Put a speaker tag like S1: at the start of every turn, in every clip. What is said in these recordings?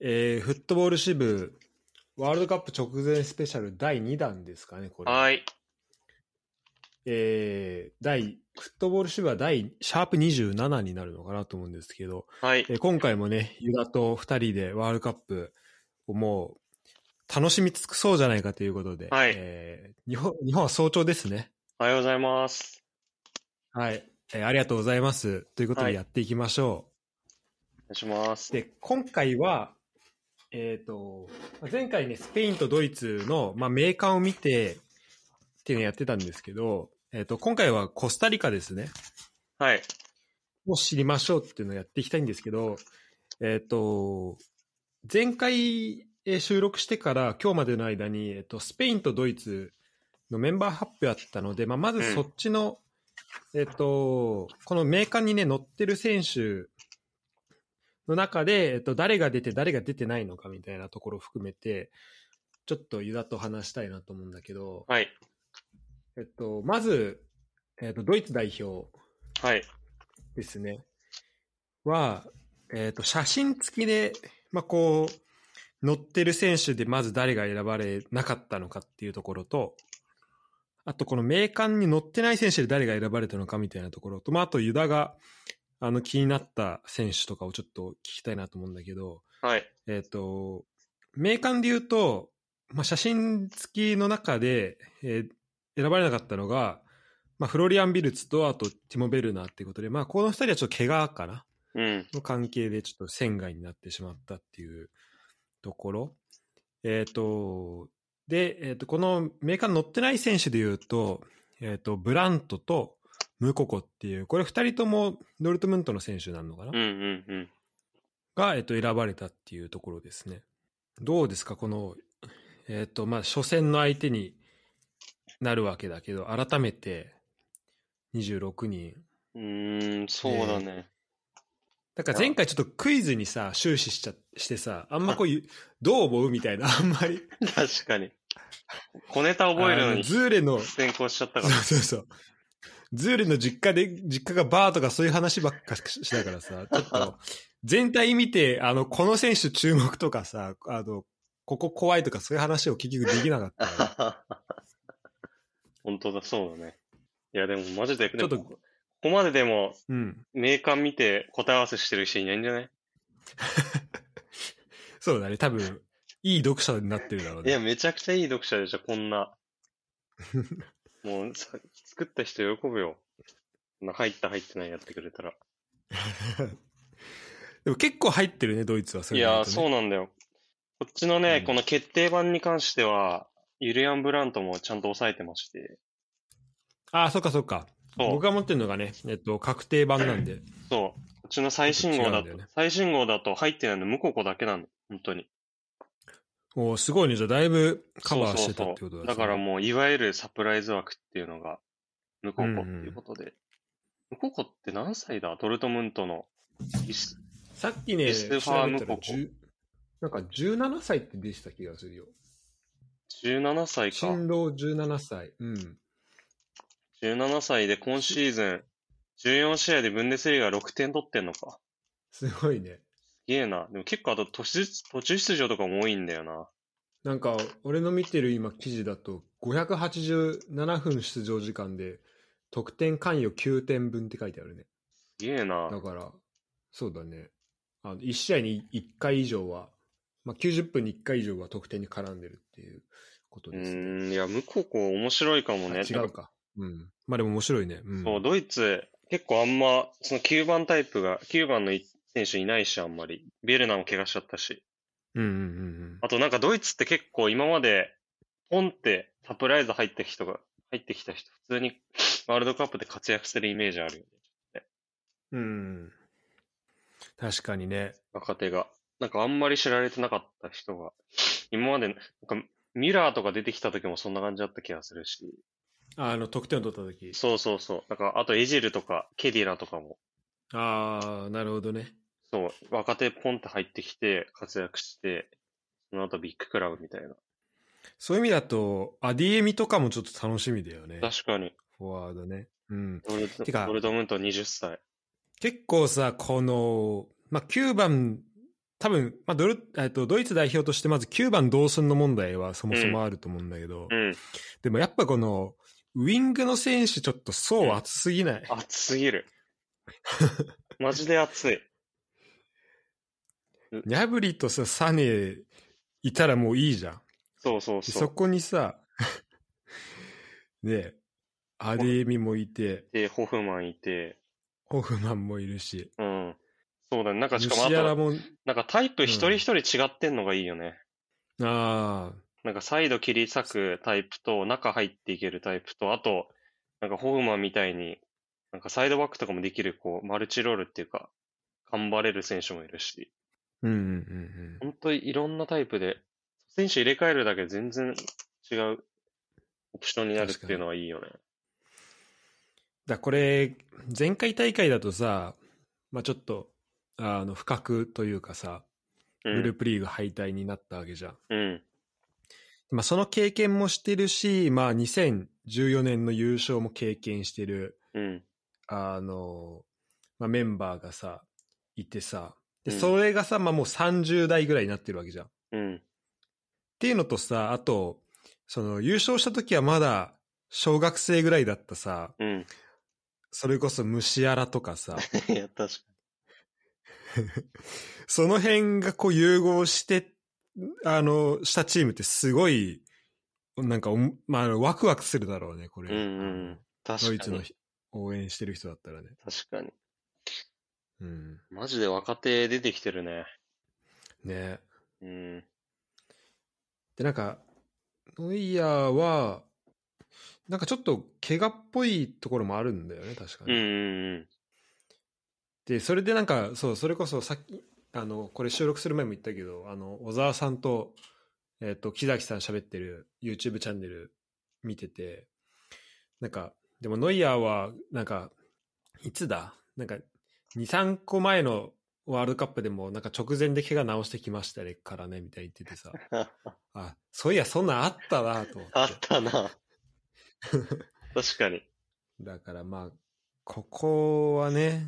S1: えーフットボール支部、ワールドカップ直前スペシャル第2弾ですかね、これ。
S2: はい。
S1: えー第、フットボール支部は第、シャープ27になるのかなと思うんですけど、
S2: はい
S1: え。ー今回もね、ユダと2人でワールドカップをもう、楽しみ尽くそうじゃないかということで、
S2: はい
S1: えー日本、日本は早朝ですね。
S2: おはようございます。
S1: はい、えーありがとうございます。ということ
S2: は
S1: で
S2: い
S1: やっていきましょ
S2: お願いします
S1: う。。で、今回は、えっ、と、まあ前回ね、スペインとドイツの、まあ、メーカーを見て、っていうのやってたんですけど、えっ、と、今回はコスタリカですね、
S2: はい。
S1: を知りましょうっていうのをやっていきたいんですけど、えっ、と、前回えー収録してから今日までの間に、えっ、と、スペインとドイツのメンバー発表あったので、まあ、まずそっちの、えっ、と、このメーカーにね、乗ってる選手の中で、えっ、と、誰が出て誰が出てないのかみたいなところを含めて、ちょっとユダと話したいなと思うんだけど、
S2: はい。
S1: えっ、と、まず、えっ、と、ドイツ代表、
S2: はい。
S1: ですね。は、えっ、と、写真付きで、まあ、こう、載ってる選手でまず誰が選ばれなかったのかっていうところと、あとこの名鑑に載ってない選手で誰が選ばれたのかみたいなところと、まあ、あとユダが、あの、気になった選手とかをちょっと聞きたいなと思うんだけど、
S2: はい。
S1: えっ、と、名鑑で言うと、まあ、写真付きの中で、えー選ばれなかったのが、まあ、フロリアン・ビルツと、あとティモ・ベルナーっていうことで、まあ、この二人はちょっと怪我かな
S2: うん。
S1: の関係でちょっと仙外になってしまったっていうところ。えっ、と、で、えっ、と、このメーカーに乗ってない選手で言うと、えっ、と、ブラントとムココっていう、これ二人ともドルトムントの選手になるのかな、
S2: うんうんうん。
S1: が、えっと、選ばれたっていうところですね。どうですか、この、えっと、まあ、初戦の相手になるわけだけど、改めて26人。
S2: うーん、そうだね。
S1: だから前回ちょっとクイズにさ、終始しちゃしてさ、あんまこういう、どう思うみたいな、あんまり。
S2: 確かに。小ネタ覚えるの
S1: あの
S2: に
S1: ズーレの、そう
S2: 先行しちゃったから。
S1: そうそう。ズーレの実家で、実家がバーとかそういう話ばっかししながらさ、ちょっと、全体見て、あの、この選手注目とかさ、あの、ここ怖いとかそういう話を結局できなかったから。
S2: 本当だ、そうだね。いや、でもマジで、
S1: ちょっと
S2: でもここまででも、
S1: うん。
S2: メーカー見て答え合わせしてる人いないんじゃない
S1: そうだね。多分、いい読者になってるだろう
S2: いや、
S1: ね。
S2: めちゃくちゃいい読者でしょ、こんな。 もう、さ作った人喜ぶよ。こんな入った入ってないやってくれたら。
S1: でも結構入ってるね、ドイツは。そ
S2: い
S1: れで言
S2: や
S1: う
S2: ー、
S1: と
S2: そ
S1: ね
S2: うなんだよ。こっちのね、
S1: うん
S2: この決定版に関しては、ユリアン・ブラントもちゃんと抑えてまして。
S1: ああ、そっかそっか。
S2: そう、
S1: 僕が持ってるのがね、えっと、確定版なんで。
S2: そう。こっちの最新号
S1: ちょ
S2: だ
S1: っと違うん
S2: と、
S1: だよね
S2: 最新号だと入ってないの、向こうだけなの。本当に。
S1: おーすごいね。じゃあ、だいぶカバーしてたってことだ
S2: そうそうそうだからもう、いわゆるサプライズ枠っていうのが、向こうっていうことで。向こうって何歳だドルトムントの。いし
S1: さっきね、
S2: エ
S1: 調
S2: ス
S1: べ
S2: テファーム
S1: たら
S2: ココ
S1: 10なんか17歳って出てた気がするよ。
S2: 17歳か。
S1: 新郎17歳。うん。
S2: 17歳で今シーズン、14試合でブンデスリーガ6点取ってんのか。
S1: すごいね。
S2: すげえな。でも結構あと途中途中出場とかも多いんだよな。
S1: なんか、俺の見てる今記事だと、587分出場時間で、得点関与9点分って書いてあるね。
S2: すげえな。
S1: だから、そうだね。あの1試合に1回以上は、まあ、90分に1回以上は得点に絡んでるっていうこと
S2: う
S1: ですね。
S2: ーん、いや、向こうこう面白いかも
S1: あ
S2: ね。
S1: 違うか。うん。まあでも面白いね。うん。
S2: そう、ドイツ、結構あんま、その9番タイプが、9番の選手いないし、あんまり。ビエルナも怪我しちゃったし。
S1: うんうんうん
S2: あとなんかドイツって結構今まで、ポンってサプライズ入ってきた人が、入ってきた人、普通にワールドカップで活躍するイメージあるよね。
S1: うん。うん。確かにね。
S2: 若手が。なんかあんまり知られてなかった人が。今まで、なんか、ミラーとか出てきた時もそんな感じだった気がするし。
S1: あの、得点を取った時。
S2: そうそうそう。なんか、あとエジルとか、ケディラとかも、
S1: ああ、なるほどね。
S2: そう、若手ポンって入ってきて、活躍して、その後ビッグクラブみたいな。
S1: そういう意味だと、アディエミとかもちょっと楽しみだよね。
S2: 確かに、
S1: フォワードね。うん。
S2: ドルト
S1: てか
S2: ドルトムント20歳。
S1: 結構さ、この、まあ、9番多分、まあドルえっと、ドイツ代表としてまず9番同寸の問題はそもそもあると思うんだけど、
S2: うん。
S1: でもやっぱこの、ウィングの選手ちょっと層厚すぎない。
S2: 熱す ぎる。マジで熱い。
S1: ニャブリとさ、サネいたらもういいじゃん。
S2: そうそう
S1: で
S2: そ。
S1: そうこにさ、 ねえ、アデーミもいて、
S2: で、ホフマンいて、
S1: ホフマンもいるし、
S2: うん。そうだね。なんかし
S1: ル
S2: かも、あ
S1: シアラ
S2: と、
S1: も、
S2: なんかタイプ
S1: うん
S2: 一人一人違ってんのがいいよね。
S1: ああ、
S2: なんかサイド切り裂くタイプと、中入っていけるタイプと、あと、なんかホフマンみたいに、なんかサイドバックとかもできる、こう、マルチロールっていうか、頑張れる選手もいるし、
S1: うんうんうん
S2: 本当にいろんなタイプで、選手入れ替えるだけで全然違うオプションになるっていうのはいいよね。
S1: だこれ、前回大会だとさ、まあちょっと、あの、不覚というかさ、
S2: う
S1: グル
S2: ん
S1: ー。プリーグ敗退になったわけじゃん。
S2: うん。
S1: まあその経験もしてるし、まあ2014年の優勝も経験してる、
S2: うん。
S1: あの、まあメンバーがさ、いてさ、で、
S2: うん
S1: それがさ、まあもう30代ぐらいになってるわけじゃん。
S2: うん。
S1: っていうのとさ、あと、その優勝した時はまだ小学生ぐらいだったさ、
S2: うん。
S1: それこそ虫やらとかさ、
S2: いや、確か
S1: その辺がこう融合して、あの、したチームってすごい、なんかおも、まあ、ワクワクするだろうね、これ。
S2: に。うんうん。確かに。
S1: ドイツのひ応援してる人だったらね。
S2: 確かに。
S1: うん。
S2: マジで若手出てきてるね。
S1: ね
S2: うん。
S1: で、なんか、ノイヤーは、なんかちょっと怪我っぽいところもあるんだよね、確か
S2: うんう
S1: に。
S2: んうん。
S1: で、それでなんか、そう、それこそさっき、あの、これ収録する前も言ったけど、あの、小沢さんと、えっ、と、木崎さん喋ってる YouTube チャンネル見てて、なんか、でもノイヤーは、なんか、いつだなんか、2、3個前のワールドカップでも、なんか直前で怪我直してきましたね、からね、みたいに言ってて さ、 あ、そういや、そんなんあったな、と思って。
S2: あったな。 確かに。
S1: だからまあ、ここはね、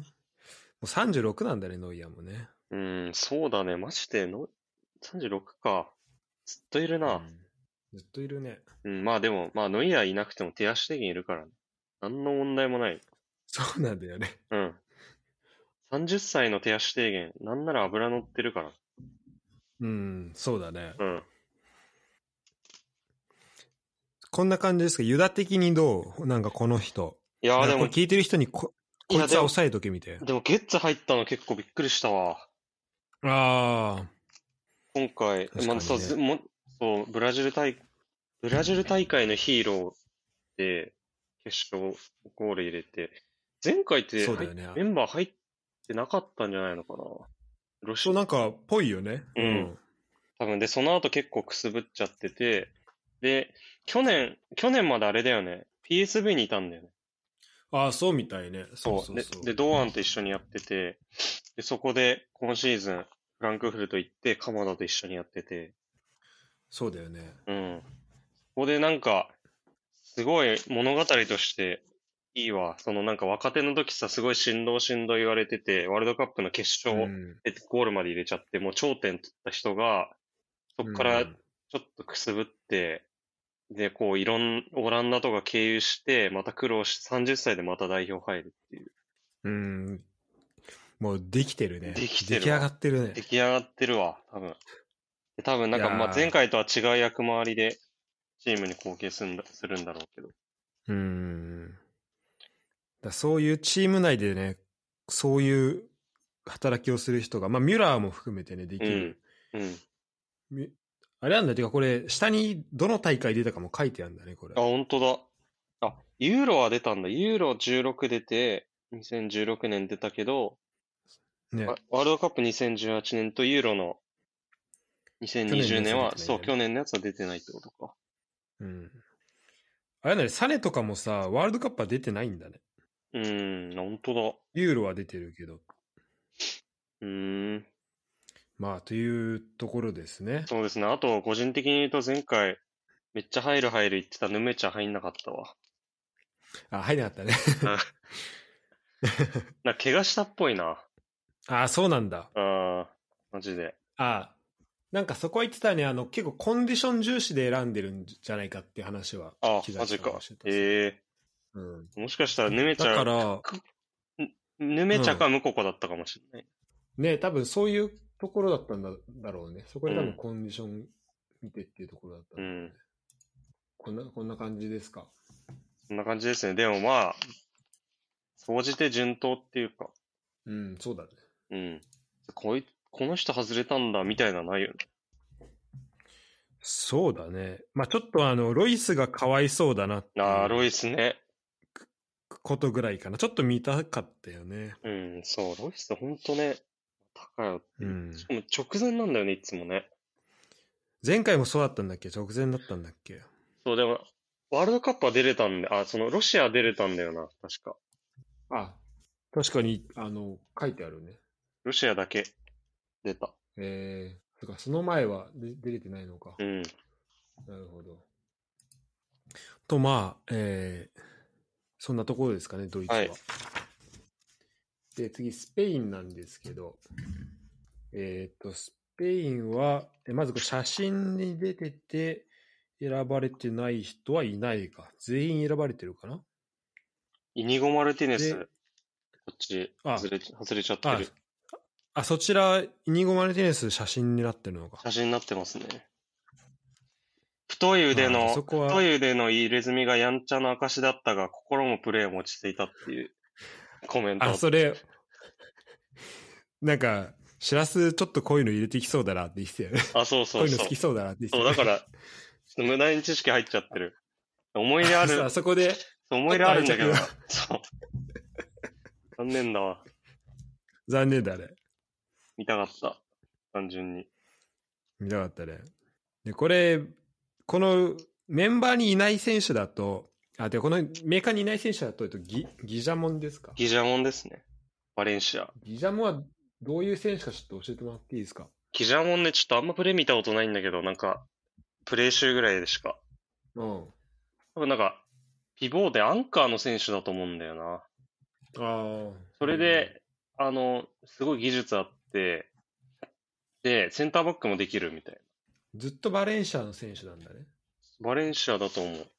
S1: もう36なんだね、ノイヤーもね。
S2: うん、そうだね。マジでの、36か。ずっといるな。
S1: うんずっといる ね。
S2: うん、まあでも、まあノイアーいなくても手足的にいるから、ね、何の問題もない。
S1: そうなんだよね。
S2: うん。30歳の手足低減、なんなら油乗ってるから。
S1: うん、そうだね。
S2: うん。
S1: こんな感じですかユダ的にどうなんかこの人。
S2: いやー
S1: なんか
S2: で
S1: こ
S2: も
S1: れ、聞いてる人にこ、
S2: い
S1: こ
S2: や
S1: いつは抑えとけみたいな。
S2: でもゲッツ入ったの結構びっくりしたわ。
S1: ああ。
S2: 今回、
S1: 確かにね
S2: まあそうずもそう、ブラジル大、ブラジル大会のヒーローで、決勝ゴール入れて、前回って、
S1: そうだよね
S2: 入っメンバー入ってなかったんじゃないのかな。ロシ
S1: そう、なんか、ぽいよね。
S2: うん多分で、その後結構くすぶっちゃってて、で、去年、去年まであれだよね、PSV にいたんだよね。
S1: ああ、そうみたいね。そうそう
S2: で
S1: そう。
S2: で、堂安と一緒にやってて、で、そこで今シーズン、フランクフルト行って、鎌田と一緒にやってて、
S1: そうだよね。
S2: うん。ここでなんか、すごい物語としていいわ。そのなんか若手の時さ、すごい振動振動言われてて、ワールドカップの決
S1: う
S2: 勝
S1: ん
S2: でゴールまで入れちゃって、もう頂点取った人が、そこから
S1: う
S2: ち
S1: ん
S2: ょっとくすぶって、で、こういろん、オランダとか経由して、また苦労して、30歳でまた代表入るっていう。
S1: うん。もう、できてるね。
S2: できてるわ
S1: 出来上がってるね
S2: 出。来上がってるわ、多分。で多分なんか、
S1: いやー
S2: まあ前回とは違う役回りで、チームに貢献するんだするんだろうけど。
S1: うん。だそういうチーム内でね、そういう働きをする人が、まあ、ミュラーも含めてね、できる。
S2: うん。
S1: みあれなんだ、てかこれ、下にどの大会出たかも書いてあるんだね、これ
S2: あ、。本当だ。あ、ユーロは出たんだ。ユーロ16出て、2016年出たけど、
S1: ね
S2: あ、ワールドカップ2018年とユーロの2020年は、そう、去
S1: 去
S2: 年のやつは出てないってことか。
S1: うん。あれなんだ、サネとかもさ、ワールドカップは出てないんだね。
S2: うーん、本当だ。う
S1: ユーロは出てるけど。
S2: ーん、
S1: まあ、というところですね。
S2: そうですね。あと、個人的に言うと前回、めっちゃ入る入る言ってたヌメちゃん入んなかったわ。
S1: あ、入んなかったね。
S2: なんか怪我したっぽいな。
S1: あ、そうなんだ。
S2: あー、マジで。
S1: あなんかそこは言ってたよね、あの、結構コンディション重視で選んでるんじゃないかっていう話は
S2: あ
S1: 聞き、出
S2: マ
S1: し
S2: ジ
S1: た
S2: か
S1: かもしれ。ないです
S2: え
S1: うん
S2: えもしかしたら、ヌメち
S1: だか
S2: ゃ、
S1: ら、
S2: ヌメちゃかムココだったかもしれない。
S1: ね、多分そういうところだったんだだろうね。そこで多分コンディション見てっていうところだった、
S2: うん。
S1: こんな、こんな感じですか。
S2: そんな感じですね。でもまあ、総じて順当っていうか、
S1: うん、そうだね。
S2: うん。こい、この人外れたんだ、みたいなのないよね。
S1: そうだね。まあちょっとあの、ロイスがかわいそうだなって
S2: ああ、ロ
S1: いう
S2: イスね。
S1: ことぐらいかな。ちょっと見たかったよね。
S2: うん、そう、ロイスほんとね、高よって
S1: う
S2: い
S1: ん
S2: し。かも直前なんだよね、いつもね。
S1: 前回もそうだったんだっけ直前だったんだっけ
S2: そう、でも、ワールドカップは出れたんで、あ、その、ロシア出れたんだよな、確か。
S1: あ、確かに、あの、書いてあるね。
S2: ロシアだけ出た。
S1: えー、そっか、その前はで出れてないのか。
S2: うん。
S1: なるほど。と、まあ、えーそんなところですかね、ドイツは。
S2: はい
S1: で、次、スペインなんですけど、えっ、と、スペインは、えまずこれ写真に出てて、選ばれてない人はいないか。全員選ばれてるかな
S2: イニゴ・マルティネス、
S1: で
S2: こっち、
S1: あ
S2: 外れ、外れちゃって
S1: あ
S2: る。
S1: あ、そちら、イニゴ・マルティネス写真になってるのか。
S2: 写真になってますね。太い腕
S1: あ
S2: の、
S1: そこは
S2: 太い腕の入れ墨がやんちゃな証だったが、心もプレーも落ち着いたっていうコメント。
S1: あ、それ、なんか、しらすちょっとこういうの入れてきそうだなって言ってたよね。
S2: あそう
S1: こ
S2: そうう
S1: いうの
S2: そ
S1: 好
S2: う
S1: き。そうだなって言って
S2: そう、
S1: た
S2: だから、ちょっと無駄に知識入っちゃってる。思い出あ る、
S1: そう
S2: そ
S1: あ
S2: う
S1: そこで、
S2: 思い出あるんだけどな
S1: ちょっ。
S2: そう。残念だわ。
S1: 残念だね。
S2: 見たかった。単純に。
S1: 見たかったね。で、これ、このメンバーにいない選手だと、あ、で、このメーカーにいない選手だと、えっとギギジャモンですか
S2: ギジャモンですね。バレンシア。
S1: ギジャモンはどういう選手かちょっと教えてもらっていいですか
S2: ギジャモンね、ちょっとあんまプレー見たことないんだけど、なんか、プレー集ぐらいでしか。
S1: うん。
S2: 多分なんか、ピボーでアンカーの選手だと思うんだよな。
S1: ああ。
S2: それで、あの、すごい技術あって、で、センターバックもできるみたい
S1: うん、ずっとバレンシアの選手なんだね。
S2: な。バレンシアだと思う。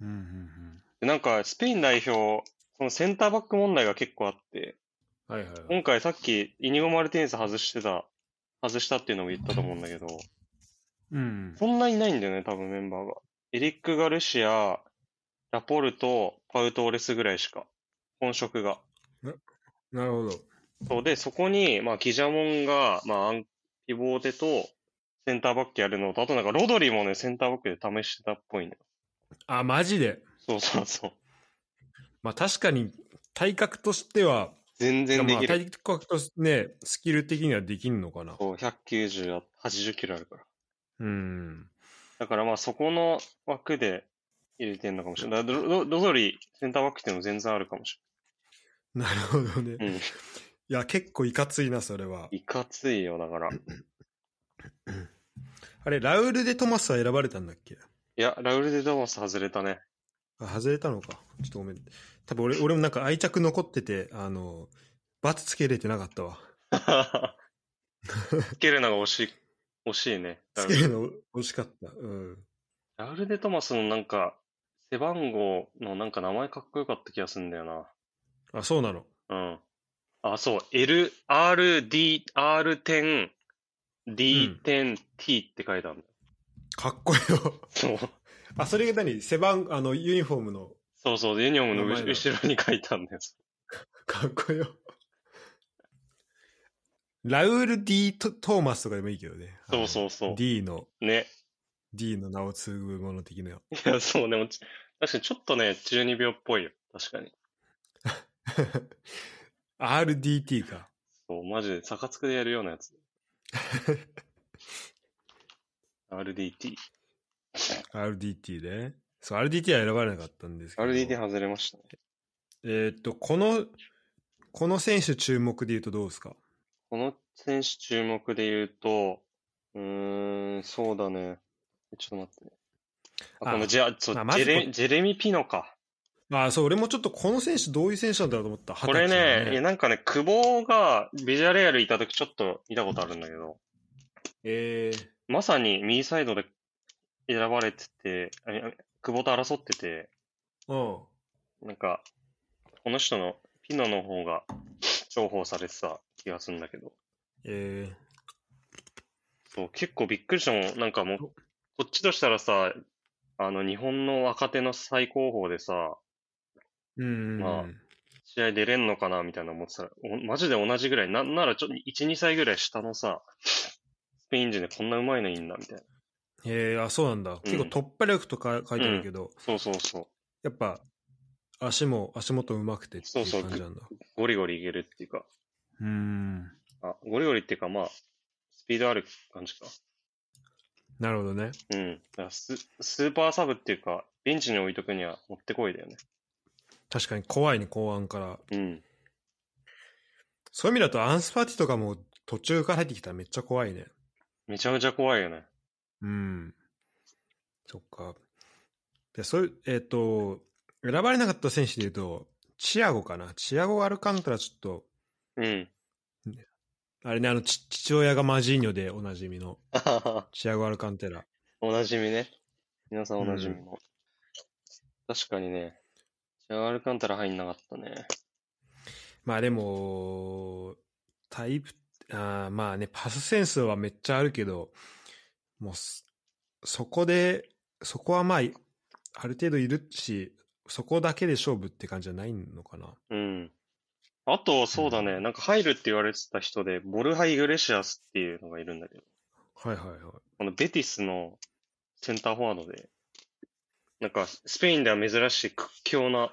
S1: うんうんうん。
S2: でなんか、スペイン代表、そのセンターバック問題が結構あって、
S1: はいはいはい。
S2: 今回さっき、イニゴ・マルティネス外してた、外したっていうのも言ったと思うんだけど、
S1: うん。
S2: そんなにないんだよね、多分メンバーが。エリック・ガルシア、ラポルト、パウト・オレスぐらいしか、本職が。
S1: なるほど。
S2: そうで、そこに、まあ、ギジャモンが、まあアン、ピボーテと、センターバックやるのと、あとなんかロドリもね、センターバックで試してたっぽいね。
S1: あ、マジで。
S2: そうそうそう。
S1: まあ確かに、体格としては、
S2: 全然で
S1: まあ
S2: きる。
S1: 体格とね、スキル的にはできんのかな。
S2: そう、190あ、80キロあるから。
S1: うん。
S2: だからまあそこの枠で入れてんのかもしれない。だからロロロドリ、センターバックっていうのも全然あるかもし
S1: なるほどね。
S2: れない。うん。
S1: いや、結構いかついな、それは。
S2: いかついよ、だから。い
S1: あれ、ラウル・でトマスは選ばれたんだっけ
S2: や、ラウル・デ・ドマス外れたね。
S1: あ、外れたのか。ちょっとごめん。多分俺、俺もなんか愛着残ってて、あの、バツつけれてなかったわ。
S2: つけるのが惜しい、惜しいね。ラ
S1: つ
S2: ウ
S1: け
S2: ル
S1: るの惜しかった。うん。
S2: ラウル・デ・トマスのなんか、背番号のなんか名前かっこよかった気がするんだよ
S1: あ、そうなの。
S2: な。うん。あ、そう。L、R、D、R10、D10、T って書いてあるんだよ。
S1: かっこよ。
S2: そう。
S1: あ、それが何背番、あの、ユニフォームの、
S2: そうそう。ユニフォームの
S1: 名前
S2: 後
S1: だ
S2: 後ろに書いてあるんだよ。
S1: かっこよ。ラウル・ D ・トトーマスとかでもいいけどね。
S2: そうそうそう
S1: あの D の、
S2: ね。
S1: D の名を継ぐもの的な。
S2: いや、そう、でもち、確かにちょっとね、12秒っぽいよ。確かに。
S1: RDT か。
S2: そう、マジで、サカツクでやるような やつ。RDT。
S1: RDT ね。そう、RDT は選ばれなかったんですけど。
S2: RDT 外れましたね。
S1: えーっと、この、この選手注目で言うとどうですか
S2: この選手注目で言うと、うーん、そうだね。ちょっと待ってね。あ、
S1: あ
S2: このジェ、そう
S1: まあま
S2: ジ
S1: ず
S2: ェレ、ジェレミピノか。
S1: ああ、そう、俺もちょっとこの選手どういう選手なんだろうと思った。
S2: これ
S1: 二十歳
S2: ね、
S1: だ
S2: いやなんかね、久保がビジャレアルいた時ちょっと見たことあるんだけど、
S1: えー、
S2: まさに右サイドで選ばれてて、あいや久保と争ってて、
S1: うん。
S2: なんか、この人のピノの方が重宝されてた気がするんだけど、
S1: えー、
S2: そう、結構びっくりしたもん。なんかもう、こっちとしたらさ、あの、日本の若手の最高峰でさ、
S1: うん。
S2: まあ試合出れんのかなみたいな思ってたら、おマジで同じぐらい、なんならちょっと1、2歳ぐらい下のさ、スペイン人でこんなうまいのいいんだ、みたいな。
S1: えー、あ、そうなんだ。結構突破力とか書いてあるけど、
S2: そうそうそう。
S1: やっぱ、足も、足元上手くてって
S2: そう
S1: い
S2: そう
S1: う感じなんだ。
S2: ゴリゴリいけるっていうか、
S1: うん。
S2: あ、ゴリゴリっていうか、まあ、スピードある感じか。
S1: なるほどね。
S2: うん。だからススーパーサブっていうか、ベンチに置いとくにはもってこいだよね。
S1: 確かに怖いね、後半から。
S2: うん。
S1: そういう意味だと、アンスパティとかも途中から入ってきたらめっちゃ怖いね。
S2: めちゃめちゃ怖いよね。
S1: うん。そっか。で、そういう、えっ、と、選ばれなかった選手で言うと、チアゴかな。チアゴ・アルカントラちょっと、
S2: うん。
S1: あれね、あの、ち父親がマジーニョでおなじみの、
S2: あはは
S1: チアゴ・アルカンテラ。
S2: おなじみね。皆さんおなじみの。確かにね、ジャールカンタラ入んなかったね。
S1: まあでも、タイプ、あーまあね、パスセンスはめっちゃあるけど、もうそ、そこで、そこはまあ、ある程度いるし、そこだけで勝負って感じじゃないのかな。
S2: うん。あと、そうだね、なんか入るって言われてた人で、ボルハイ・グレシアスっていうのがいるんだけど、
S1: はいはいはい。
S2: このベティスのセンターフォワードで、なんかスペインでは珍しい屈強な、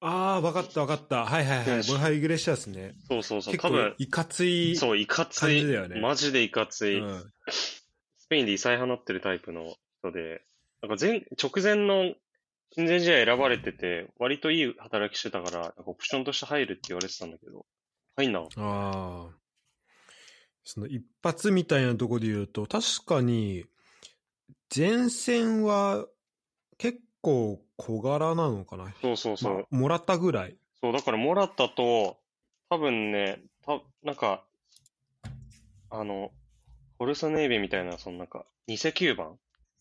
S1: ああ、わかったわかった。はいはいはい。
S2: よし
S1: ボルハイ・グレシアスね。
S2: そうそうそう、
S1: 結
S2: 多
S1: 構
S2: 分、
S1: いかつい。
S2: そう、いかつい、
S1: 感じだよね
S2: マジでいかつ
S1: う
S2: い、
S1: ん。
S2: スペインで異彩放ってるタイプの人で、なんか前、直前の親善試合選ばれてて、割といい働きしてたから、なんかオプションとして入るって言われてたんだけど、入んなかった。
S1: ああ。その一発みたいなとこで言うと、確かに、前線は結構小柄なのかな。
S2: そうそうそう。
S1: まあもらったぐらい。
S2: そう、だからモラタと、多分ね、たなんか、あの、ホルソネイビみたいな、そのなんか、偽9番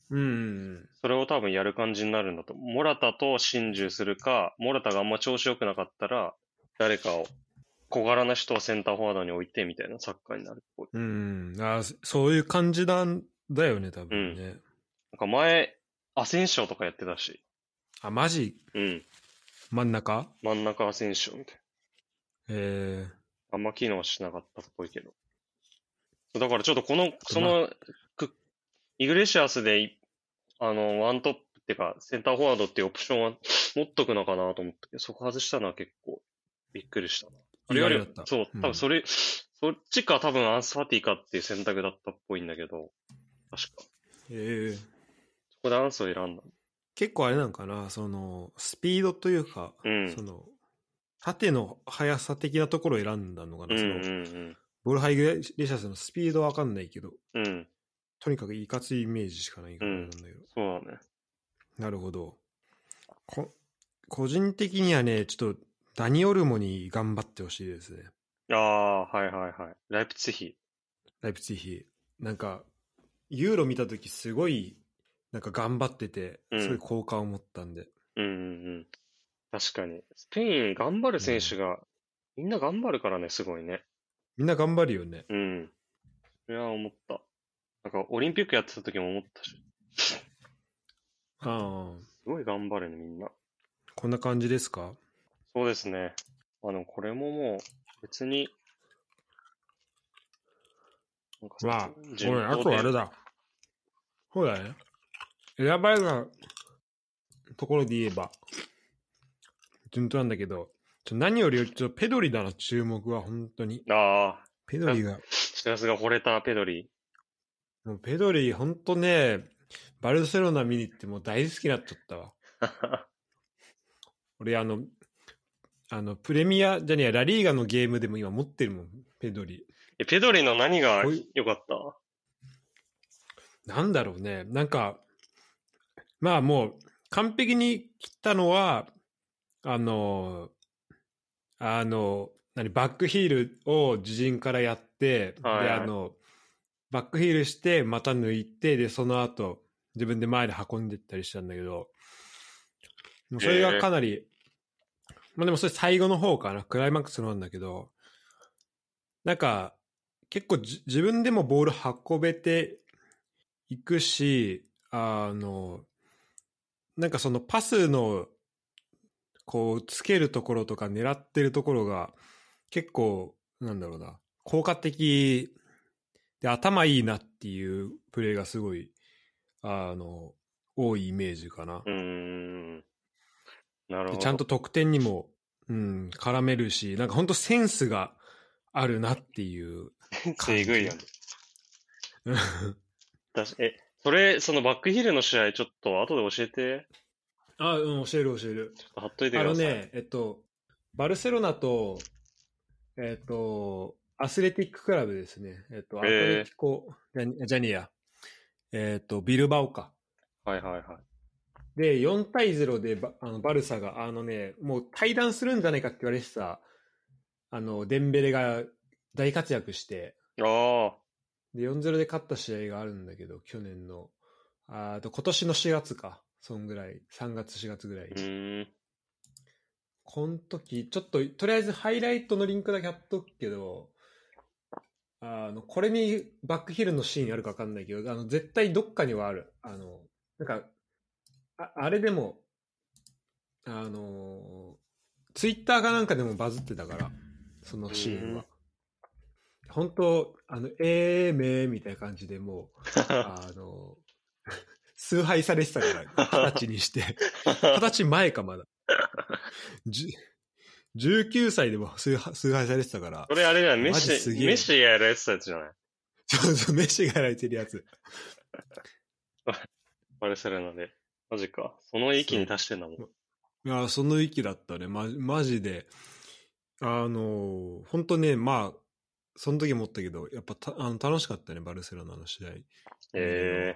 S1: うん。
S2: それを多分やる感じになるんだと。モラタと心中するか、モラタがあんま調子良くなかったら、誰かを、小柄な人をセンターフォワードに置いてみたいなサッカーになるっぽい。
S1: うん。あーそそういう感じなんだよね、多分ね。
S2: なんか前、アセンションとかやってたし、
S1: あ、マジ
S2: うん。
S1: 真ん中
S2: 真ん中アセンションみたいな。
S1: ええ
S2: あんま機能しなかったっぽいけど。だからちょっとこの、その、くイグレシアスでい、あの、ワントップっていうか、センターフォワードっていうオプションは持っとくのかなと思ったけど、そこ外したのは結構びっくりしたな。あれより
S1: 意外だった
S2: そう、
S1: うん
S2: 多分それ、そっちか多分アンスファティかっていう選択だったっぽいんだけど、確か。
S1: ええ
S2: そこでアンスを選んだ。
S1: 結構あれなんかな、その、スピードというか、
S2: うん
S1: その、縦の速さ的なところを選んだのか
S2: う
S1: な、
S2: んう
S1: その、
S2: ん
S1: ボルハイグレシアスのスピードはわかんないけど、
S2: うん。うん。
S1: とにかくいかついイメージしかないからなんだけど。
S2: そうだね。
S1: なるほど。こ個人的にはね、ちょっと、ダニオルモに頑張ってほしいですね。
S2: ああー、はいはいはい。ライプツィヒ。
S1: ライプツィヒ。なんか、ユーロ見たときすごい、なんか頑張ってて、
S2: うん
S1: すごい好感を持ったんで。
S2: うんうんうん。確かに。スペイン頑張る選手が、みんな頑張るからね、すごいね。
S1: みんな頑張るよね。
S2: うん。それは思った。なんか、オリンピックやってた時も思ったし、す
S1: ああ。
S2: ごい頑張るね、みんな。
S1: こんな感じですか
S2: そうですね。あの、これももう、別に、なんか
S1: まあ、
S2: 順
S1: ごめん、あ
S2: 当
S1: と
S2: で
S1: あれだ。そうだね。選ばれたところで言えば、順当なんだけど、ちょ何よりちょペドリだな、注目は、本当に。
S2: ああ、
S1: ペドリが、
S2: シラスが惚れたペドリ。
S1: もうペドリ、本当ね、バルセロナ見に行ってもう大好きになっちゃったわ。俺、あの、あの、プレミア、じゃねえや、ラリーガのゲームでも今持ってるもん、ペドリ。
S2: えペドリの何が
S1: こうい
S2: 良かった
S1: なんだろうね。なんか、まあもう、完璧に切ったのは、あの、あの、何、バックヒールを自陣からやって、
S2: はい
S1: で、
S2: はい
S1: あの、バックヒールして、また抜いて、で、その後、自分で前で運んでったりしたんだけど、もうそれがかなり、まあでもそれ最後の方かな、クライマックスの方なんだけど、なんか、結構じ自分でもボール運べていくし、あの、なんかそのパスの、こう、つけるところとか狙ってるところが、結構、なんだろうな、効果的で、頭いいなっていうプレーがすごい、あの、多いイメージかな。
S2: うーん。なるほ
S1: で
S2: ど。
S1: ちゃんと得点にも、うん、絡めるし、なんか本当センスがあるなっていう。
S2: えぐいよね。
S1: うん
S2: だしえ、それ、そのバックヒールの試合、ちょっと後で教えて、
S1: あ、うん、教える教える。
S2: 貼っといて
S1: あ
S2: く
S1: の
S2: ださい。
S1: ね、えっと、バルセロナと、えっと、アスレティッククラブですね。えっと、アトレティコ、ジャニジャニア。えっと、ビルバオか。
S2: はいはいはい。
S1: で、4対0でバあのバルサが、あのね、もう退団するんじゃないかって言われてた、あの、デンベレが大活躍して、
S2: あ
S1: で、4-0で勝った試合があるんだけど、去年の、あーあと今年の4月か、そんぐらい、3月4月ぐらい。
S2: あ、うーん。
S1: この時、ちょっと、とりあえずハイライトのリンクだけ貼っとくけど、あの、これにバックヒルのシーンあるかわかんないけど、あの、絶対どっかにはある。あの、なんか、ああれでも、あの、ツイッターかなんかでもバズってたから、そのシーン
S2: うん
S1: は。本当あの、えーめーみたいな感じでもう、あの、 崇拝されてたから、二十歳にして。二十歳前かまだ。じゅ19歳でも崇拝崇拝されてたから
S2: そ、れあれじゃん、メッ
S1: マジすげ
S2: シ、
S1: え
S2: メッシがやられてたやつじゃない
S1: そうそう、飯がやられてるやつ。
S2: バルセロナで。マジか。その域に達してんだもん。
S1: いや、その域だったね。ま、マジで。あの、本当ね、まあ、その時思ったけど、やっぱたあの楽しかったね、バルセロナの試合。
S2: え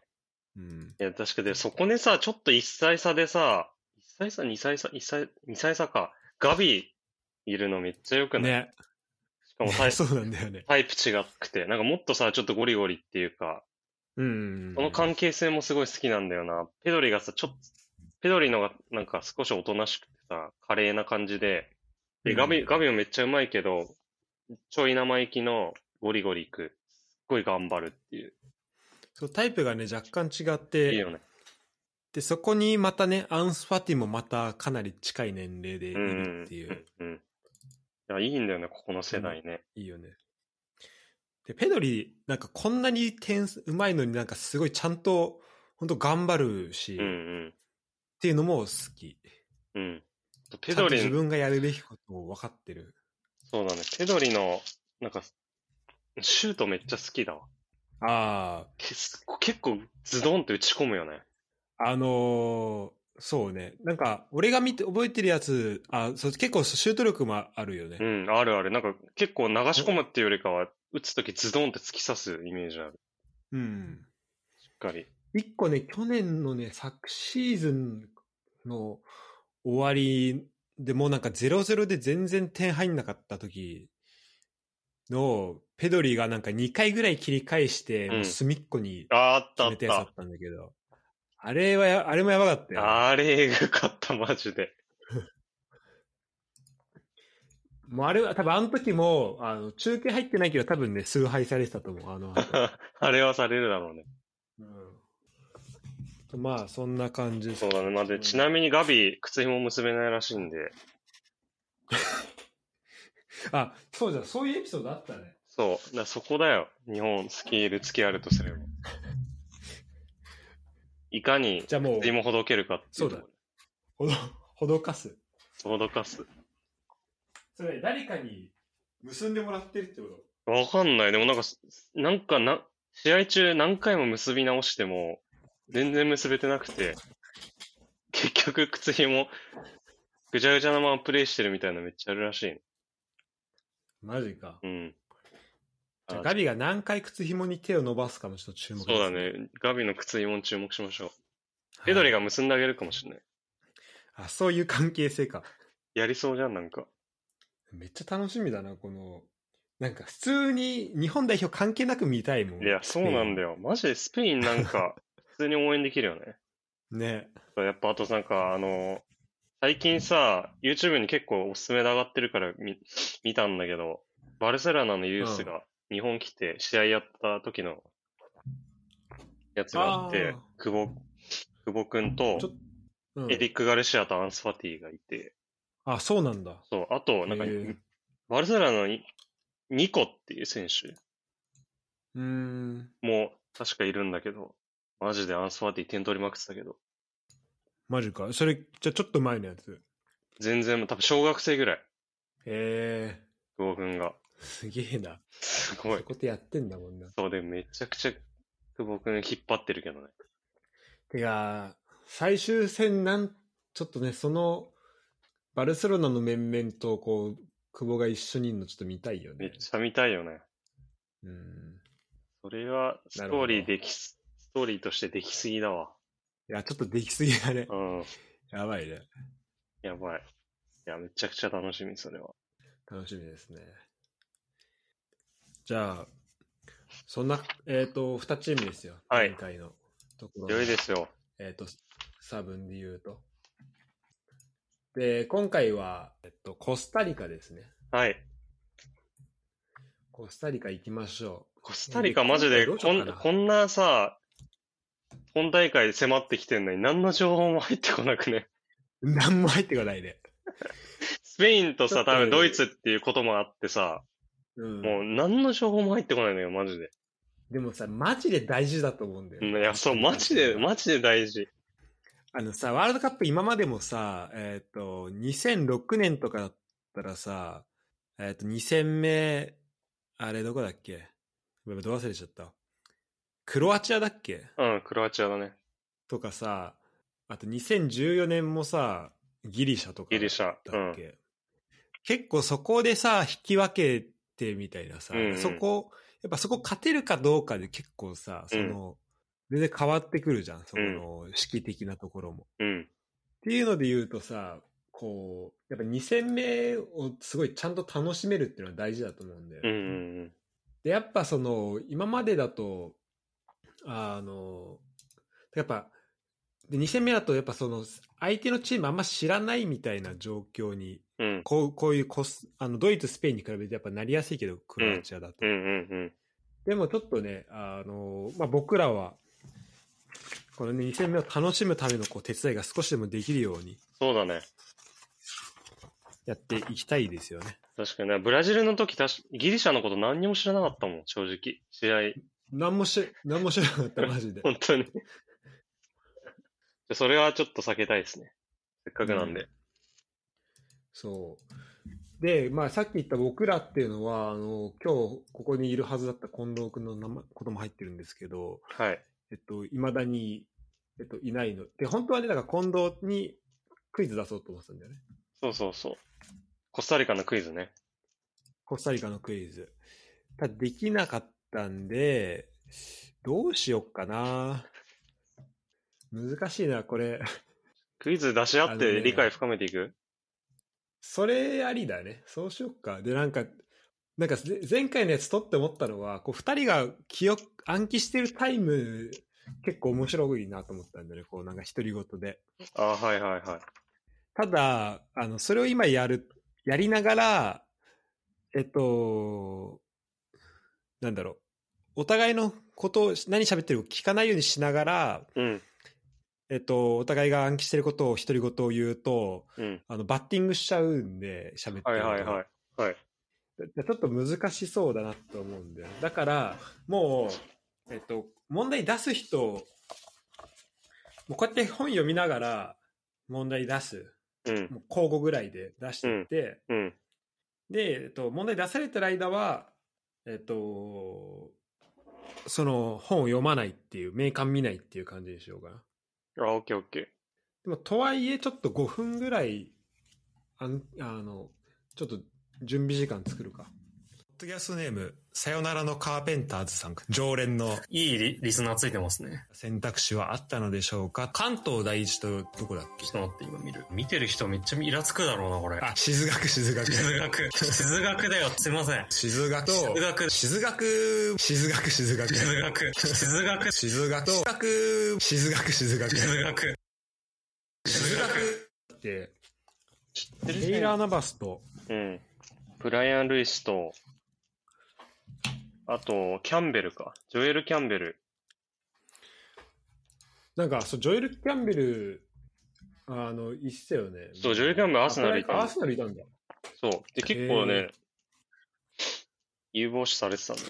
S1: うん。
S2: えいや、確かで、そこでさ、ちょっと1歳差でさ、1歳差、2歳差、1歳、2歳差か。ガビいるのめっちゃ良くない、
S1: ね。
S2: しかもタ イ
S1: そうなんだよね。
S2: タイプ違くて、なんかもっとさ、ちょっとゴリゴリっていうか、
S1: うん。
S2: この関係性もすごい好きなんだよな。ペドリがさ、ちょっと、ペドリのがなんか少しおとなしくてさ、華麗な感じで、
S1: う
S2: で、
S1: ん
S2: ガビ、ガビもめっちゃうまいけど、ちょい生意気のゴリゴリいく。すっごい頑張るっていう。
S1: そうタイプがね、若干違っ
S2: いい
S1: て、
S2: よね。
S1: で、そこにまたね、アンスファティもまたかなり近い年齢でい
S2: うん
S1: るっていう。
S2: うんうん。いや、いいんだよね、ここの世代ね。
S1: いいよね。で、ペドリ、なんかこんなに点数うまいのになんかすごいちゃんと、本当頑張るし、
S2: うん
S1: っ、ていうのも好き。
S2: うん、うん。ペ
S1: ちゃん
S2: ド
S1: と自
S2: リ、
S1: 分がやるべきことを分かってる。
S2: そうだね、ペドリの、なんか、シュートめっちゃ好きだわ。
S1: あ
S2: けす結構、ズドンって打ち込むよね。
S1: あ、あのーそうね。なんか、俺が見て、覚えてるやつ、あ、そう結構シュート力もあるよね。
S2: うん、あるある。なんか、結構流し込むっていうよりかは、打つときズドンって突き刺すイメージある。
S1: うん。
S2: しっかり。
S1: 一個ね、去年のね、昨シーズンの終わりでもうなんか0-0で全然点入んなかった時の、ペドリがなんか2回ぐらい切り返して、
S2: うん
S1: もう隅っこに
S2: ああ、あったあ
S1: 決
S2: っ
S1: めたやつだ
S2: た
S1: っ。たんだけど、あれはや、あれもやばかったよ。
S2: あれ、えぐかった、マジで。
S1: もうあれは多分あの時も、あの、中継入ってないけど多分ね、崇拝されてたと思う、あの 後。
S2: あれはされるだろうね。
S1: うん、まあ、そんな感じです
S2: そうだね。まあ、で、ちなみにガビ、靴紐結べないらしいんで、
S1: あ、そうじゃん、そういうエピソードあったね。
S2: そう。だそこだよ。日本スキル付きあるとすれば。いかに、
S1: じゃあもう、
S2: でもほどけるかっていうとこ
S1: ほ
S2: ろ。
S1: ど、 ほどかす。
S2: ほどかす。
S1: それ誰かに結んでもらってるってこ
S2: わかんない。でもなんか、すなんかな、試合中何回も結び直しても、全然結べてなくて、結局靴紐、ぐちゃぐちゃなままプレイしてるみたいなのめっちゃあるらしいね。
S1: とマジか。
S2: うん。
S1: じゃあ
S2: あ
S1: ガビが何回靴紐に手を伸ばすかもちょっと注目
S2: そうだ。ね。ガビの靴紐に注目しましょう。ペドリ
S1: が。
S2: が結んであげるかもしれない。
S1: あ、そういう関係性か。
S2: やりそうじゃん、なんか。
S1: めっちゃ楽しみだな、この、なんか普通に日本代表関係なく見たいもん。
S2: いや、そうなんだよ。マジでスペインなんか、普通に応援できるよね。
S1: ね。
S2: そうやっぱあとなんか、あの、最近さ、YouTube に結構おすすめで上がってるから見見たんだけど、バルセロナのユースが日本来て試合やった時のやつがあって
S1: あ、
S2: 久保、久保くんと
S1: ちょっうん
S2: エディック・ガルシアとアンスファティがいて、
S1: あ、そうなんだ。
S2: そう、あと、なんか、
S1: へえ
S2: バルセロナのニニコっていう選手
S1: うーん。
S2: も確かいるんだけど、マジでアンスファティ点取りまくってたけど、
S1: マジか。それ、じゃあちょっと前のやつ。
S2: 全然、多分小学生ぐらい、
S1: え
S2: 久保くんが。
S1: ー、すげえな。
S2: す
S1: そ
S2: ご
S1: う
S2: い
S1: いう。ことやってんだもんな。
S2: そうで、めちゃくちゃ久保君引っ張ってるけどね。
S1: てか、最終戦なん、ちょっとね、その、バルセロナの面々と、こう、久保が一緒にいるのちょっと見たいよ
S2: めっ
S1: ね。
S2: ちゃ見たいよね。
S1: うん。
S2: それはス
S1: なるほど
S2: トーリーできす、ストーリーとしてできすぎだわ。
S1: いや、ちょっとできすぎだね
S2: う。ん。
S1: やばいね。
S2: やばい。いや、めちゃくちゃ楽しみ、それは。
S1: 楽しみですね。じゃあ、そんな、えっ、と、2チームですよ。
S2: はい
S1: 前回のところの。
S2: 良いですよ。
S1: えっ、と、差分で言うと。で、今回は、えっと、コスタリカですね。
S2: はい。
S1: コスタリカ行きましょう。
S2: コスタリカマジで、
S1: どうし
S2: こ
S1: ようか
S2: ん
S1: な
S2: こんなさ、本大会迫ってきてんのに何の情報も入ってこなくね。
S1: 何も入ってこないね。
S2: スペインとさ、
S1: ちょっと
S2: 多分ドイツっていうこともあってさ、
S1: うん。
S2: もう何の情報も入ってこないのよ、マジで。
S1: でもさ、マジで大事だと思うんだよ
S2: う
S1: ね、
S2: んいや、そう、マジで、マジで大事。
S1: あのさ、ワールドカップ今までもさ、えっ、と、2006年とかだったらさ、えっ、と、2戦目、あれどこだっけど忘れちゃった。クロアチアだっけ
S2: うん、クロアチアだね。
S1: とかさ、あと2014年もさ、ギリシャとかだ
S2: ギ
S1: っけ
S2: リシャ。うん。
S1: 結構そこでさ、引き分けてみたいなさ、
S2: うんうん
S1: そこ、やっぱそこ勝てるかどうかで結構さ、その、全然変わってくるじゃん、その、式的なところも。
S2: うん。
S1: っていうので言うとさ、こう、やっぱ2戦目をすごいちゃんと楽しめるっていうのは大事だと思うんだよ。
S2: うんうん
S1: で、やっぱその、今までだと、あの、やっぱ、で2戦目だとやっぱその、相手のチームあんま知らないみたいな状況に、
S2: うん。うん。
S1: こうこういうコス、あの、ドイツ、スペインに比べてやっぱなりやすいけど、クロアチアだと。
S2: うんうんうん。
S1: でもちょっとね、あの、まあ、僕らは、このね、2戦目を楽しむためのこう手伝いが少しでもできるように、
S2: そうだね。
S1: やっていきたいですよね。
S2: 確かにね、ブラジルの時、確かギリシャのこと何にも知らなかったもん、正直。試合。
S1: なんもし、なんもしなかった、マジで。
S2: 本当に。それはちょっと避けたいですね。せっかくなんで。
S1: そう。で、まあ、さっき言った僕らっていうのは、あの、今日ここにいるはずだった近藤君の名前ことも入ってるんですけど、
S2: はい。
S1: えっと、いまだに、えっと、いないの。で、本当はね、だから近藤にクイズ出そうと思ってたんだよね。
S2: そうそうそう。コスタリカのクイズね。
S1: コスタリカのクイズ。ただ、できなかったんで、どうしよっかな。難しいな、これ。
S2: クイズ出し合っ
S1: あの
S2: て
S1: ね
S2: 理解深めていく、
S1: それありだね。そうしよっか。で、なんか、なんかぜ前回のやつ撮って思ったのは、こう、二人が記憶、暗記してるタイム、結構面白いなと思ったんだよね。こう、なんか独り言で。
S2: ああ、はいはいは
S1: ただ、あの、それを今やる、やりながら、えっと、なんだろう。お互いのことを、何喋ってるか聞かないようにしながら、
S2: い。うん。
S1: えっと、お互いが暗記してることを独り言を言うと、
S2: うん。
S1: あの、バッティングしちゃうんで、喋って
S2: は
S1: る
S2: い
S1: と
S2: はいはい。はい。
S1: だだちょっと難しそうだなと思うんだよねだからもう、えっと、問題出す人をもうこうやって本読みながら問題出す
S2: うん。
S1: もう交互ぐらいで出していって、
S2: うん。
S1: で、えっと、問題出されてる間はえっとその本を読まないっていう名鑑見ないっていう感じにしようかな
S2: あ、オッケーオッケー。
S1: でもとはいえちょっと5分ぐらいあんあのちょっと準備時間作るかドキャストネーム、さよならのカーペンターズさん、常連の
S3: いいリリスナーついてますね。
S1: 選択肢はあったのでしょうか関東第一とどこだっけ
S3: ちょっと待って、今見る。見てる人めっちゃイラつくだろうな、これ。
S1: あ、静学、静学。
S3: 静学。静学だよ。すいません。
S1: 静学と、
S3: 静学
S1: 静学、静学、静学。
S3: 静学。静学。
S1: 静学と、静学、静学、静学。
S3: 静学。
S1: 静学って、
S2: 知っ
S1: テ
S2: て
S1: イ
S2: る
S1: ラー・ナバスと、
S2: うん。ブライアン・ルイスと、あと、キャンベルか。ジョエル・キャンベル。
S1: なんか、そう、ジョエル・キャンベル、あの、いってたよね。
S2: そうジョエルキャンベルアーセナルいたんだ
S1: アーセナルいたんだ。
S2: そう。で、結構
S1: へ
S2: ね、有望視されてたんだよ。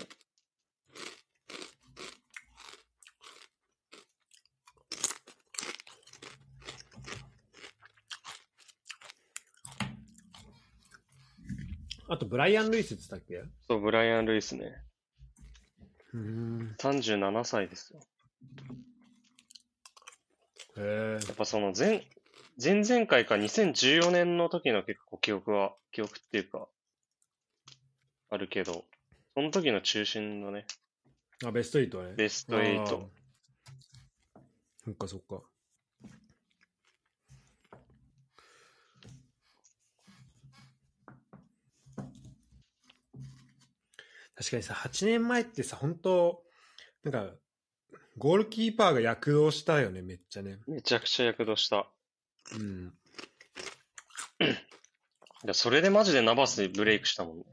S1: あと、ブライアン・ルイスって言ってたっ
S2: そう、ブライアン・ルイスね。
S1: けうん。
S2: 37歳ですよ。
S1: へ
S2: やっぱその前、前々回か2014年の時の結構記憶は、記憶っていうか、あるけど、その時の中心のね、
S1: え。あ、ベスト8ね。
S2: ベスト8。
S1: あー。そっかそっか。確かにさ、8年前ってさ、本当なんか、ゴールキーパーが躍動したよね、めっちゃね。
S2: めちゃくちゃ躍動した。
S1: うん。
S2: いやそれでマジでナバスでブレイクしたもんね。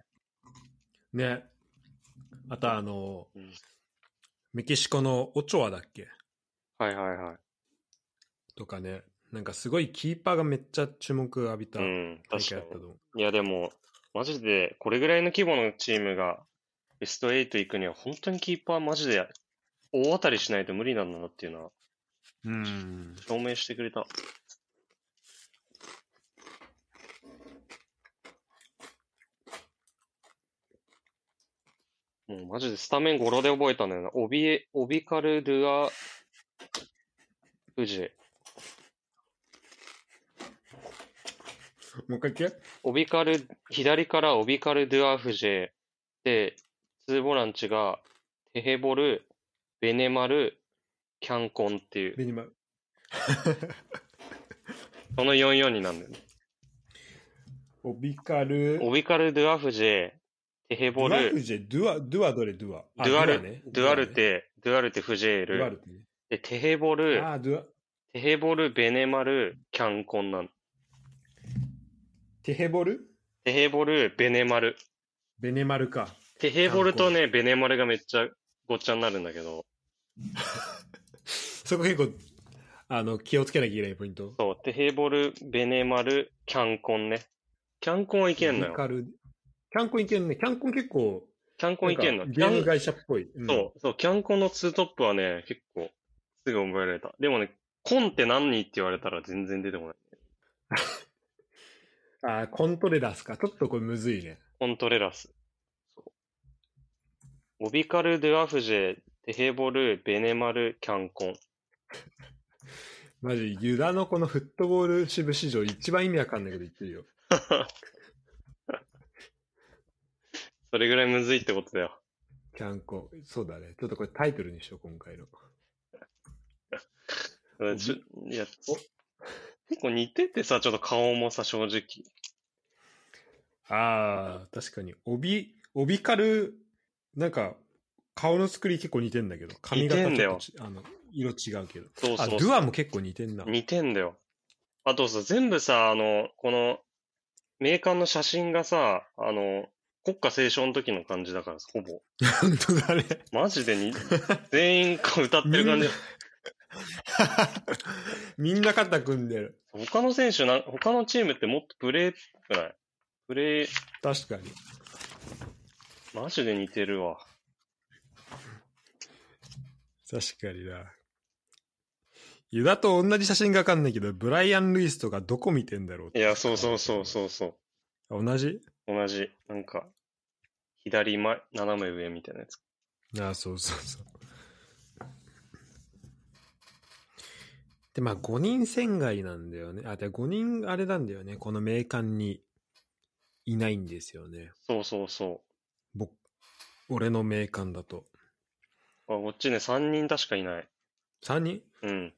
S1: ね。あとあの、
S2: うん
S1: メキシコのオチョアだっけ
S2: はいはいはい。
S1: とかね。なんかすごいキーパーがめっちゃ注目浴びた
S2: うん、
S1: 大
S2: 確か
S1: 会だ
S2: に
S1: ったと。思う。
S2: いやでも、マジで、これぐらいの規模のチームが、ベスト8行くには、本当にキーパーマジで、大当たりしないと無理なんだなっていうのは、
S1: うん。
S2: 証明してくれた。もうマジでスタメン語呂で覚えたんだよな。オビエ、オビカル・ドゥア・フジェ。
S1: もう一回言って
S2: オビカル、左からオビカル・ドゥアフジェで、ツーボランチがテヘボル、ベネマル、キャンコンっていう、
S1: ベニマル。
S2: その44になんだよね。
S1: オビカル。
S2: オビカル・ドゥアフジェ、テヘボ
S1: ドゥアフ
S2: ル、
S1: ジェ、ドゥア、ドゥアどれドゥア。
S2: ド
S1: あ
S2: ゥアル、
S1: ね
S2: ドゥアル
S1: ね
S2: テ、ドゥアルテ・フジェー
S1: ドゥアル
S2: ル、
S1: テね。
S2: で、テヘボル、
S1: ああ、ドゥア、
S2: テヘボル、ベネマル、キャンコンなの。
S1: テヘボル
S2: テヘボル、ベネマル。
S1: ベネマルか。
S2: テヘボルとね、ベネマルがめっちゃごっちゃになるんだけど、
S1: そこ結構、あの、気をつけなきゃいけないポイント。
S2: そう、テヘボル、ベネマル、キャンコンね。キャンコンはいけん
S1: オ
S2: のよ
S1: ビ。カル。キャンコンいけんね。キャンコン結構、
S2: キャンコンいけんの
S1: なんか
S2: キ
S1: ゲー
S2: ャ
S1: ム
S2: ン
S1: 会社っぽい。うん
S2: そう、そう、キャンコンのツートップはね、結構、すぐ覚えられた。でもね、コンって何って言われたら全然出てこない。
S1: あーコントレラスか。ちょっとこれむずいね。
S2: コントレラス。そうオビカル・ドゥアフジェ、テヘボル、ベネマル、キャンコン。
S1: マジ、ユダのこのフットボール支部史上一番意味わかんないこと言ってるよ。
S2: それぐらいむずいってことだよ。
S1: キャンコン。そうだね。ちょっとこれタイトルにしよう、今回の。
S2: ちょいや結構似ててさ、ちょっと顔もさ、正直。
S1: ああ、確かに。帯、帯カル、なんか、顔の作り結構似てんだけど、髪型
S2: 似てんだよ
S1: ちょっとちあの、色違うけど。
S2: そう
S1: あ、
S2: そう
S1: ドゥアも結構似てんな。
S2: 似てんだよ。あとさ、全部さ、あの、この、メーカーの写真がさ、あの、国歌斉唱の時の感じだからさ、ほぼ。
S1: 本当だね。
S2: マジ でに、全員が歌ってる感じ。
S1: みんな肩組んでる。
S2: 他の選手な、他のチームってもっとプレーくないプレー、
S1: 確かに。
S2: マジで似てるわ。
S1: 確かにな。ユダと同じ写真がわかんないけど、ブライアン・ルイスとかどこ見てんだろうっ
S2: い
S1: て
S2: や、そうそうそうそうそう。
S1: 同じ
S2: 同じ。なんか、左前、斜め上みたいなやつ。
S1: ああ、そうそうそう。で、まあ、5人船外なんだよね。あ、で、5人あれなんだよね。この名鑑にいないんですよね。
S2: そうそうそ
S1: 僕、俺の名鑑だと。
S2: あ、こっちね、3人確かいない。
S1: 3人
S2: うん。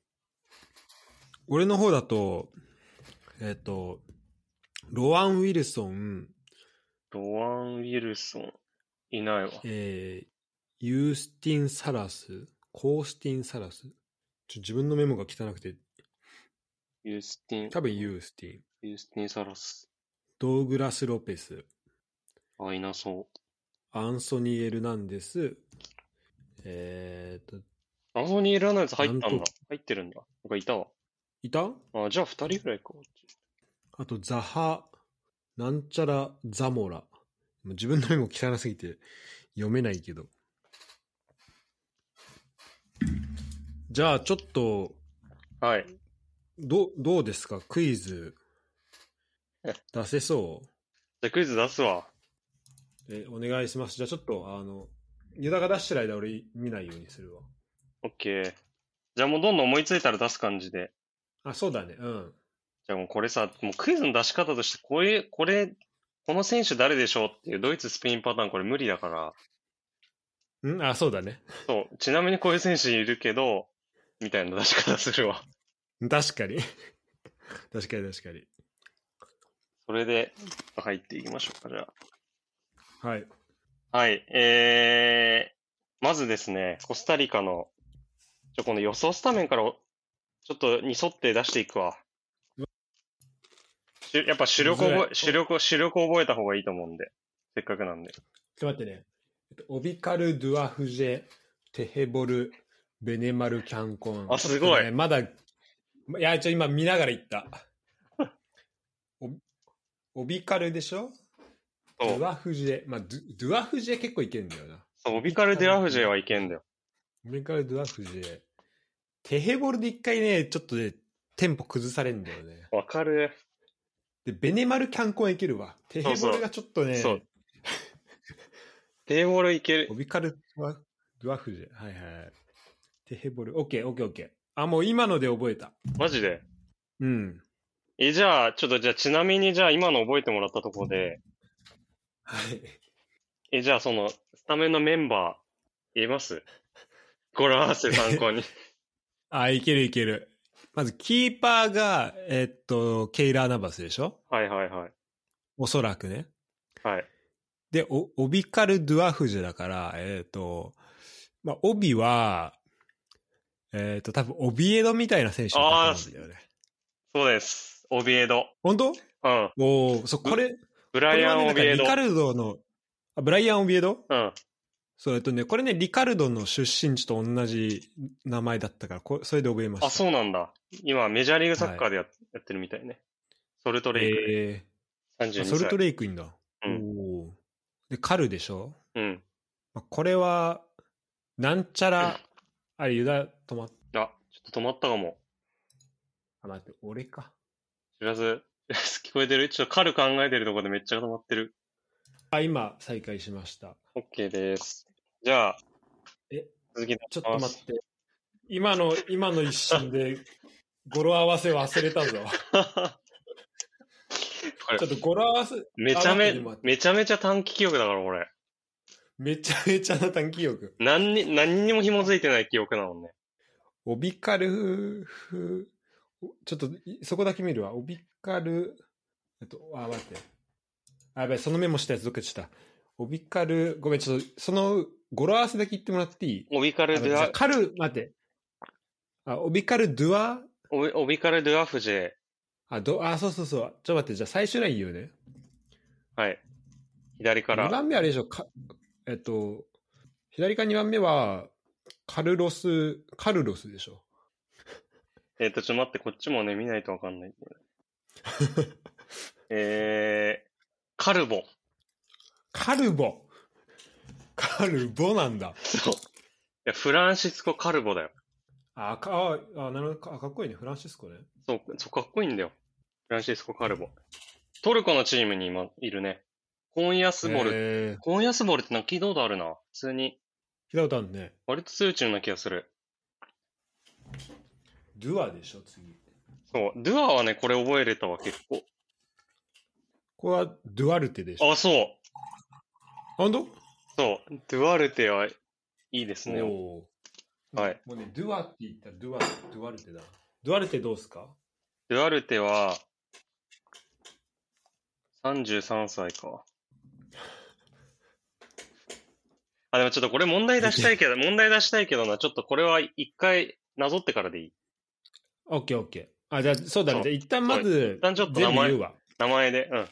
S1: 俺の方だと、えっ、と、ロアン・ウィルソン、
S2: ロアン・ウィルソン、いないわ。
S1: えーユースティン・サラス、コースティン・サラス。ちょ自分のメモが汚くて、
S2: ユースティン、
S1: 多分ユースティン。
S2: ユースティン・サラス。
S1: ドーグラス・ロペス、
S2: あ、いなそ
S1: アンソニー・エルナンデス、えっ、と、
S2: う。アンソニー・エルナンズ入っ
S1: な
S2: た
S1: んん
S2: だ
S1: と。
S2: 入ってるんだ。なんかいたわ。
S1: いた
S2: あ、じゃあ2人ぐらいか。こっち
S1: あと、ザハ、なんちゃら、ザモラ。もう自分のメモ汚すぎて読めないけど。じゃあ、ちょっと、
S2: はい。
S1: どう、どうですかクイズ。出せそう
S2: じゃあクイズ出すわ。
S1: え、お願いします。じゃあちょっと、あの、ユダが出してる間俺見ないようにするわ。
S2: オッケー。じゃあもうどんどん思いついたら出す感じで。
S1: あ、そうだね。うん。
S2: じゃあもうこれさ、もうクイズの出し方として、こういう、これ、この選手誰でしょうっていうドイツ、スペインパターンこれ無理だから。
S1: うんあ、そうだね。
S2: そう。ちなみにこういう選手いるけど、みたいな出し方するわ。
S1: 確かに。 確かに確かに。
S2: それで、入っていきましょうか、じゃ
S1: はい。
S2: あ。はい。えー、まずですね、コスタリカの、ちょ、この予想スタメンからお、ちょっとに沿って出していくわ。しやっぱ主力
S1: むず
S2: 覚
S1: い
S2: え、主力、主力覚えた方がいいと思うんで。せっかくなんで。
S1: ちょっと待ってね。えっとオビカル・ドゥアフジェ、テヘボル、ベネマル・キャンコン。
S2: あすごい
S1: ちょっとねまだ、いや、ちょ、今見ながら言 った。おオビカルでしょド
S2: そう
S1: ゥ。アフジェ。まあ、ドゥドゥアフジェ結構いけんだよな。
S2: そうオビカル・デラフジェはいけんだよ。
S1: メカルドラフジェ。テヘボルで一回ね、ちょっとね、テンポ崩されんだよね。
S2: わかる。
S1: で、ベネマルキャンコンいけるわ。テヘボルがちょっとね、
S2: そう。デーボルいける
S1: オ。ビカルドラドラフジェ。はいはい。テヘボル、オッケーオッケーオッケー。あ、もう今ので覚えた。
S2: マジで。
S1: うん。
S2: え、じゃあ、ちょっとじゃあ、ちなみにじゃあ、今の覚えてもらったとこで、
S1: はい。
S2: え、じゃあ、その、スタメンのメンバー、言えます 語呂合わせ参 考に。
S1: あ、いけるいける。まず、キーパーが、えっと、ケイラー・ナバスでしょ
S2: はいはいはい。
S1: おそらくね。
S2: はい。
S1: で、おオビカル・ドゥアフジェだから、えっ、と、まあ、オビは、えっ、と、多分、オビエドみたいな選手だと思うんだよね。
S2: そうです。オビエド。
S1: 本当
S2: うん。
S1: おおそう、これ、
S2: ブ
S1: こ
S2: ラ
S1: れ
S2: イア
S1: は
S2: ン・
S1: ね、
S2: オビエ
S1: なんか
S2: ド。
S1: リカ
S2: う
S1: ルドの、あ、ブライアン・オビエド
S2: ん。
S1: そう、えっとね、これね、リカルドの出身地と同じ名前だったから、こそれで覚えました。
S2: あ、そうなんだ。今、メジャーリーグサッカーでや,、やってるみたいね。ソルトレイク、
S1: えー
S2: 32
S1: あ
S2: 歳。
S1: ソルトレイクいいんだ。
S2: うん
S1: おーで、カルでしょ
S2: うん。
S1: まあこれは、なんちゃら、あれ、ユダ、止まっ、
S2: あ、ちょっと止まったかも。
S1: あ、待って、俺か。
S2: 知らず、 知らず聞こえてるちょっとカル考えてるとこでめっちゃ止まってる。
S1: あ、今、再開しました。
S2: OK です。じゃあ、
S1: え
S2: 続き
S1: ちょっと待って。今の、今の一瞬で、語呂合わせ忘れた ぞ。
S2: これ
S1: ちょっと語呂合わせ、
S2: めちゃめ
S1: あ待って待って、
S2: めちゃめちゃ短期記憶だから、俺。
S1: めちゃめちゃな短記憶。
S2: 何に、何にも紐づいてない記憶なもんね。
S1: オビカルフ、ちょっと、いそこだけ見るわ。オビカル、えっと、あ、待って。あ、やばい、そのメモしたやつどっか行っちゃった。オビカル、ごめん、ちょっと、その、語呂合わせだけ言ってもらっていい
S2: オビカ
S1: あ
S2: ル・ド
S1: じ
S2: ゥ
S1: ゃあ
S2: ア、
S1: カル、待って。あ、オビカル・ドゥア
S2: オビオビカル・ドゥアフジェ。
S1: あ、ど、あ、そうそうそう。ちょっと待って、じゃあ最終ライン言うね。
S2: はい。左か
S1: 2
S2: ら。
S1: 番目あれでしょか、えっと、左から2番目は、カルロス、カルロスでしょ。
S2: えっ、と、ちょっと待って、こっちもね、見ないとわか んないんだよね。えー、カルボ。
S1: カルボカルボなんだ。
S2: そう。いや、フランシスコ・カルボだよ。
S1: あ、か、あ、なるほどか、あかっこいいね。フランシスコね。
S2: そう、そうかっこいいんだよ。フランシスコ・カルボ。トルコのチームに今いるね。コーンヤスボル。
S1: えー、
S2: コーンヤスボルってなんか聞いたことあるな。普通に。
S1: 聞いたことあるね。
S2: 割と強いチームな気がする。
S1: ドゥアでしょ、次。
S2: そう。ドゥアはね、これ覚えれたわ、結構。
S1: これは、ドゥアルテでしょ。
S2: あ、そう。
S1: あ、ほんと
S2: そう、ドゥアルテはいいですね。
S1: おー
S2: はい。
S1: もうね、ドゥアって言ったらドゥア、ドゥアルテだ。ドゥアルテどうすか
S2: ドゥアルテは、33歳か。あ、でもちょっとこれ問題出した いけど、問題出したいけどな、ちょっとこれは一回なぞってからでいい。
S1: オッケーオッケー。あ、じゃあ、そうだね。じゃ
S2: そう
S1: あ一旦まず、
S2: 一旦ちょっと名
S1: 全部
S2: 前
S1: 言うわ。
S2: 名前で、うん。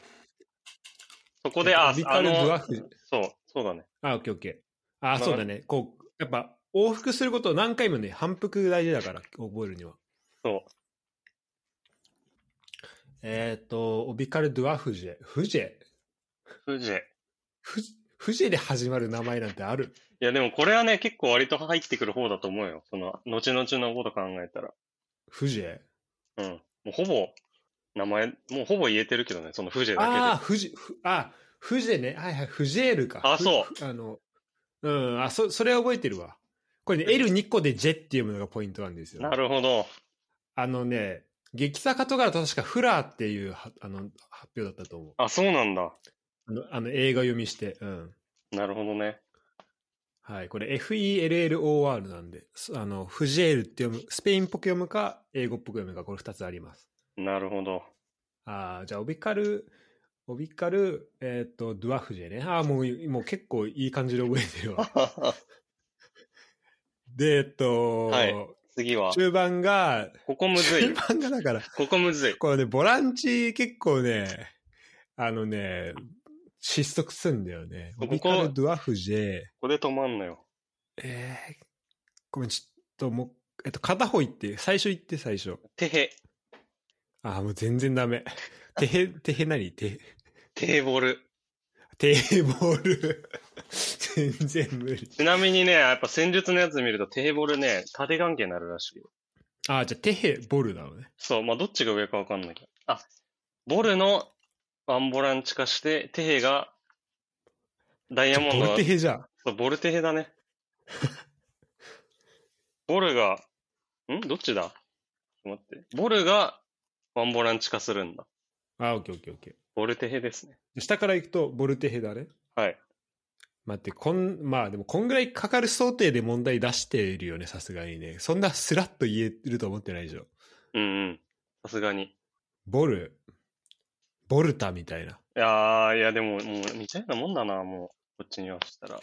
S2: そこで、あ、
S1: ビカ
S2: あ
S1: ル・ドゥア
S2: の、
S1: フ。
S2: そう、そうだね。
S1: あ、オッケーオッケー。あ、そうだね。こう、やっぱ、往復することを何回もね、反復大事だから、覚えるには。
S2: そ
S1: えっ、と、オビカル・ドゥアフジェ。フジェ
S2: う。フジェ。い
S1: フジフジェで始まる名前なんてある
S2: や、でもこれはね、結構割と入ってくる方だと思うよ。その、後々のこと考えたら。
S1: フジェ
S2: うん。もうほぼ、名前、もうほぼ言えてるけどね、そのフジェだけで。
S1: ああ、フジ、フあ、フジェね。はいはい、フジェールか。。
S2: あそう
S1: あの、うん、あ、そ、それは覚えてるわ。これね、L2 個でジェっていうものがポイントなんですよ。
S2: なるほど。
S1: あのね、劇坂とかだと確かフラーっていうはあの発表だったと思う。
S2: あ、そうなんだ。
S1: あのあの映画読みして、うん。
S2: なるほどね。
S1: はい、これ FELLOR なんで、すあの、フジェールって読む、スペインっぽく読むか、英語っぽく読むか、これ2つあります。
S2: なるほど。
S1: ああ、じゃあ、オビカル、オビカル、えっ、と、ドゥアフジェね。ああ、もう、もう結構いい感じで覚えてるわ。で、えっと、
S2: はい次は、
S1: 中盤が、
S2: ここむず
S1: 中
S2: い。
S1: 盤がだから、
S2: ここむずい。
S1: これね、ボランチ結構ね、あのね、失速すんだよね。
S2: こ
S1: オ
S2: こ
S1: ビカル・ドゥアフジェ、
S2: ここで止まんのよ。
S1: えー、ごめん、ちょっともう、えっと、片方行って、最初行って、最初。
S2: てへ、
S1: あー、もう全然ダメ。てへ、 てへ何てへ、
S2: テーブル。
S1: テーボール。 全然無理。
S2: ちなみにね、やっぱ戦術のやつ見るとテーブルね、縦関係になるらしいよ。
S1: あー、じゃあ、てへ、ボルなのね。
S2: そう、まあどっちが上かわかんないけど。あ、ボルのワンボランチ化して、テヘが、ダイヤモンド
S1: ボル
S2: が
S1: テ、ヘじゃん。
S2: そうボルテヘだね。 ボルが、んどっちだちょっと待って。ボルがワンボランチ化するんだ。
S1: あー、オッケーオッケーオッケ
S2: ボルテヘですね。
S1: ー。下から行くと、ボルテヘだね。
S2: はい。
S1: 待って、こん、まあでも、こんぐらいかかる想定で問題出しているよね、さすがにね。そんなスラッと言えると思ってないでしょ。
S2: うんうん。さすがに。
S1: ボル、ボルタみたいな。
S2: いやー、いや、でも、もう、似たようなもんだな、もう、こっちにはしたら。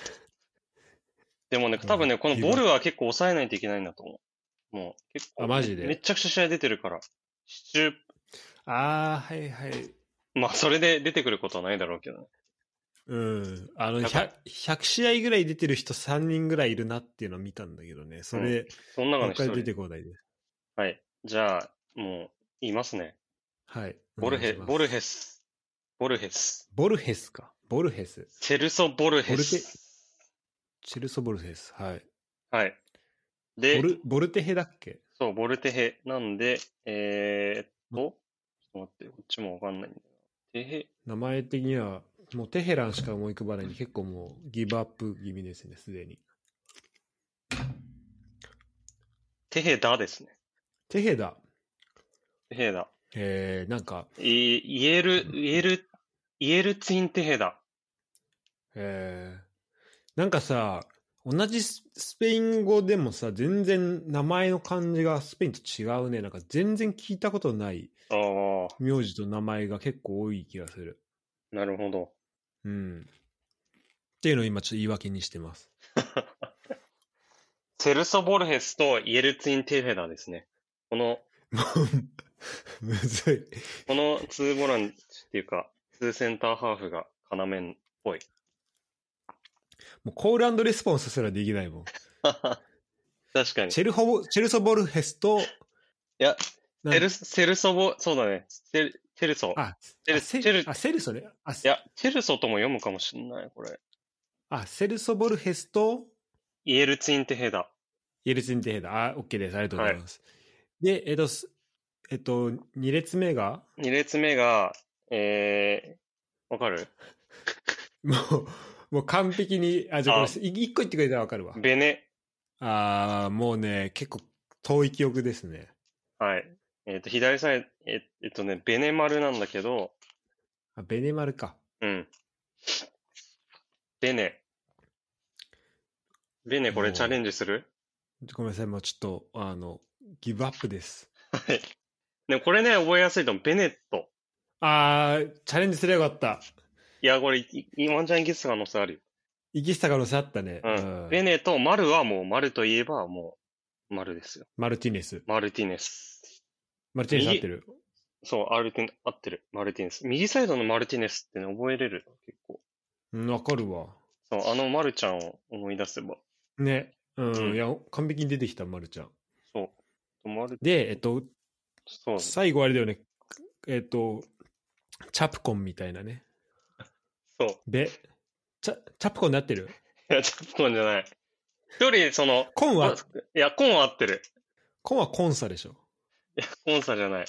S2: でもね、多分ね、このボルは結構抑えないといけないんだと思う。もう、結構。
S1: あマジで
S2: めめちゃくちゃ試合出てるから。シチュー、
S1: あー、はいはい。
S2: まあ、それで出てくることはないだろうけどね。
S1: うん、あの
S2: だから
S1: 100, 100試合ぐらい出てる人3人ぐらいいるなっていうのを見たんだけどね、それ、
S2: その中の
S1: 何
S2: 一
S1: 回出
S2: 人。
S1: てこないで。
S2: はい。じゃあ、もう、言いますね。
S1: はい。
S2: ボルヘ、
S1: お願いします
S2: ボルヘス。ボルヘス。
S1: ボルヘスか。ボルヘス。
S2: チェルソ・ボルヘ
S1: ボルテ
S2: ス。
S1: チェルソ・ボルヘス。はい。
S2: はい。で
S1: ボ、ルボルテヘだっけ
S2: そう、ボルテヘ。なんで、えー、っと、ちょっと待って、こっちもわかんないんだよな。テヘ、
S1: 名前的には、もうテヘランしか思い浮かばないんで、結構もうギブアップ気味ですね、すでに。
S2: テヘダですね。
S1: テヘだ。
S2: テヘダ。
S1: えー、なんか、
S2: いイエル、イエル、イエルツインテヘダ。
S1: えー、なんかさ、同じススペイン語でもさ、全然名前の漢字がスペインと違うね。なんか全然聞いたことない
S2: ああ、
S1: 名字と名前が結構多い気がする。
S2: なるほど。
S1: うん。っていうのを今ちょっと言い訳にして ます。
S2: セルソ・ボルヘスとイエルツインテヘダですね。この、
S1: もう、むずい。
S2: このツーボランチっていうか、ツーセンターハーフが要 っぽい。
S1: もうコールレスポンスすらできないもん。
S2: 確かに。
S1: チェルホボ、チェルソボルヘスと、い
S2: や、セル、セルソボ、そうだね。セル、テルソ。
S1: あ、
S2: チェル
S1: あセ
S2: チェル
S1: あ、セルソね。あ、
S2: いや、チェルソとも読むかもしんない、これ。
S1: あセルソボルヘスと、
S2: イエルツインテヘダ。
S1: イエルツインテヘダ。あ、OK です。ありがとうございます。で、えっと、すえっと、2列目が、
S2: 2列目が、えー、わかる
S1: もう、もう完璧に、あ、じゃあ
S2: あ
S1: これ、1個言ってくれたらわかるわ。
S2: ベネ。
S1: あー、もうね、結構遠い記憶ですね。
S2: はい。えっ、と、左サイド、えっ、えっとね、ベネマルなんだけど、
S1: あベネマルか。
S2: うん。ベネ。ベネこ
S4: お
S2: れ
S4: ー
S2: チャレンジする
S1: ごめんなさい、もうちょっと、あの、ギブアップです。
S2: はい。でもこれね、覚えやすいと思う。ベネット。
S1: あー、チャレンジすればよかった。
S2: いや、これ、いいワンチャンギス可能性あるよ。
S1: 行き下がのせあったね。
S2: うん。ベネとマルはもう、マルといえばもう、マルですよ。
S1: マルティネス。
S2: マルティネス。
S1: マルティネス合ってる。
S2: そう、アルティン、合ってる。マルティネス。右サイドのマルティネスってね、覚えれる。結構。
S1: うん、わかるわ。
S2: そう、あのマルちゃんを思い出せば。
S1: ね。うん、
S2: うん
S1: いや、完璧に出てきた、マルちゃん。
S2: そう。マル、
S1: で、えっと、
S2: そう。そ
S1: 最後あれだよね。えっと、チャプコンみたいなね。
S2: う。
S1: べ、チャ、チャプコンになってる
S2: いや、チャプコンじゃない。一人、その、
S1: コンは、
S2: いや、コンは合ってる。
S1: コンはコンサでしょ。
S2: コンサじゃない。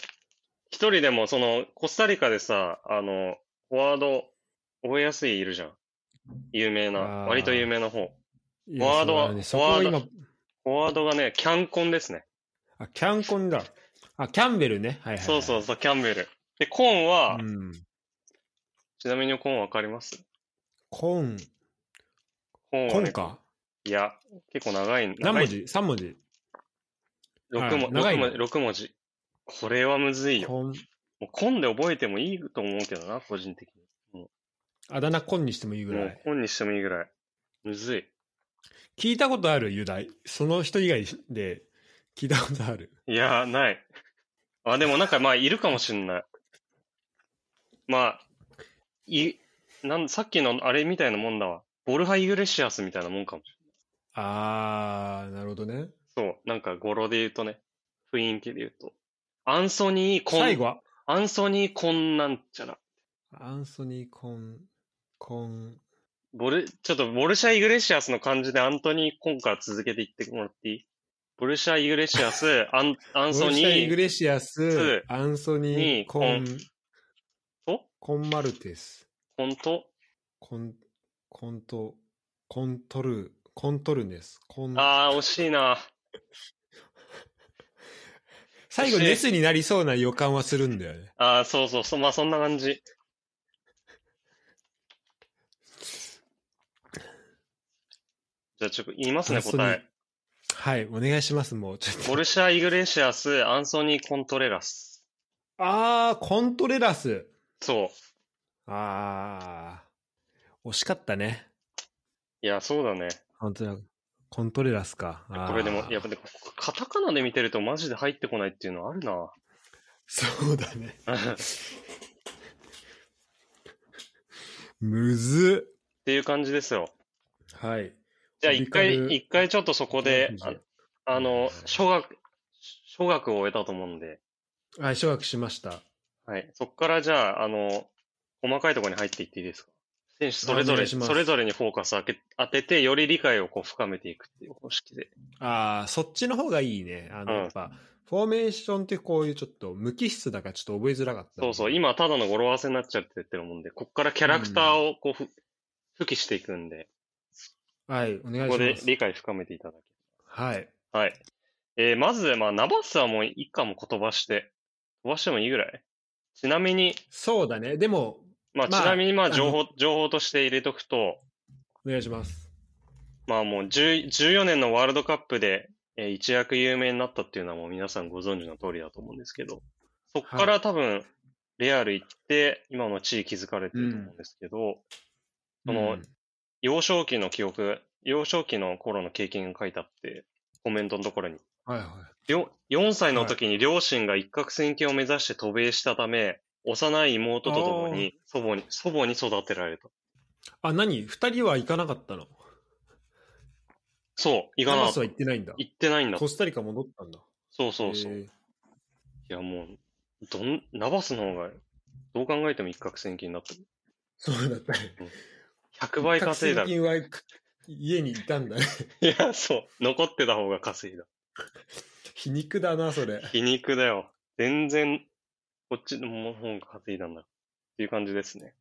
S2: 一人でも、その、コスタリカでさ、あの、フォワード、覚えやすいいるじゃん。有名な、
S1: あー
S2: 割と有名な方。
S1: フ
S2: ォワードは
S1: そこは
S2: フォ
S1: 今、
S2: ワフォワードがね、キャンコンですね。
S1: あ、キャンコンだ。あ、キャンベルね。はいはい、はい。
S2: そうそううそう、キャンベル。で、コンは、
S1: ん。
S2: ちなみにコンわかります
S1: コン、
S2: コン
S1: コ
S2: はね
S1: ン、か。
S2: いや、結構長い。
S1: 何
S2: 長
S1: 文
S2: い
S1: 字 ?3 文字。
S2: ?6
S1: あ
S2: 文
S1: 長い
S2: 六
S1: の
S2: 文字。六文字。これはむずいよ。
S1: コン。
S2: もうコンで覚えてもいいと思うけどな、個人的に。
S1: あだ名コンにしてもいいぐ
S2: も
S1: ら
S2: う
S1: い。
S2: コンにしてもいいぐらい。むずい。
S1: 聞いたことあるユダイ。その人以外で聞いたことある。
S2: いやー、ない。あ、でもなんかまあ、いるかもしんない。まあ、い、なん、さっきのあれみたいなもんだわ。ボルハ・イグレシアスみたいなもんかもし
S1: あー、なるほどね。
S2: れない。そう、なんか語呂で言うとね、雰囲気で言うと。アンソニー・コン、
S1: 最後は、
S2: アンソニー・コンなんちゃら。
S1: アンソニー・コン、コン、
S2: ボル、ちょっとボルシャ・イグレシアスの感じでアントニー・コンから続けていってもらっていいボルシャ・イグレシアス、アン、アンソ
S1: ボル
S2: ニ
S1: シャイ
S2: ー、
S1: グレシアス
S2: ス、
S1: アンソニー・コン、
S2: と、
S1: コンマルテス、
S2: コンと、
S1: コン、コント、コントル、コントルネス、コン、
S2: あー、惜しいな。
S1: 最後ネスになりそうな予感はするんだよね。
S2: ああ、そうそう、そまあそんな感じ。じゃあちょっと言いますね、
S1: 本当に
S2: 答え。
S1: はい、お願いします、もう。ちょっと
S2: ボルシャ・イグレシアス、アンソニー・コントレラス。
S1: あー、コントレラス。
S2: そう。
S1: あー、惜しかったね。
S2: いや、そうだね。
S1: 本当だ。コントレラスか。あー
S2: これでも、やっぱね、カタカナで見てるとマジで入ってこないっていうのあるな。
S1: そうだね。むずっ。
S2: っていう感じですよ。
S1: はい。
S2: じゃあ一回
S1: トリカル、
S2: 一回ちょっとそこで、ああの、小学、小学を終えたと思うんで、
S1: はい、小学しました。
S2: はい。そこからじゃあ、あの、細かいところに入っていっていいですか選手それぞ
S1: お願
S2: れ、
S1: いします
S2: それぞれにフォーカス当て当てて、より理解をこう深めていくっていう方式で。
S1: ああ、そっちの方がいいね。あの、
S2: うん
S1: やっぱ、フォーメーションってこういうちょっと無機質だからちょっと覚えづらかった。
S2: そうそう、。今ただの語呂合わせになっちゃってってるもんで、こっからキャラクターをこうふ、付きしていくんで、
S1: はい、お願い
S2: ここ
S1: し
S2: で
S1: ます。
S2: 理解深めていただ
S1: はい。
S2: け。はい。えーまず、まあ、ナバスはもう一回もう飛ばして、飛ばしてもいいぐらい。ちなみに、
S1: そうだね。でも、
S2: まあ、ち
S1: まあ
S2: なみに、まあ、
S1: の
S2: 情報、情報として入れとくと、
S1: お願いします。
S2: まあもう10 14年のワールドカップで、えー一躍有名になったっていうのはもう皆さんご存知の通りだと思うんですけど、そこか
S1: は
S2: ら多分、レアル行って、今の地位築かれてると思うんですけど、その
S1: うん
S2: 幼少期の記憶、幼少期の頃の経験が書いてあって、コメントのところに。
S1: はいはい。
S2: よ4歳の時に両親が一攫千金を目指して渡米したため、幼い妹と共に祖母に、祖母に育てられた。
S1: あ、何二人は行かなかったの
S2: そう、行か
S1: ナ
S2: なか
S1: バ
S2: っ
S1: ス
S2: た
S1: は行ってないんだ。
S2: 行ってないんだ。
S1: コスタリカ戻ったんだ。
S2: そうそうそう。
S1: へー
S2: いや、もう、どん、ナバスの方が、どう考えても一攫千金だった。
S1: そうだったね。
S2: 100倍稼いだ
S1: 一攫
S2: ろ。い
S1: 千金は家にいたんだね。
S2: や、そう。残ってた方が稼いだ。
S1: 皮肉だな、それ。
S2: 皮肉だよ。全然、こっちの方が稼いだんだ。っていう感じですね。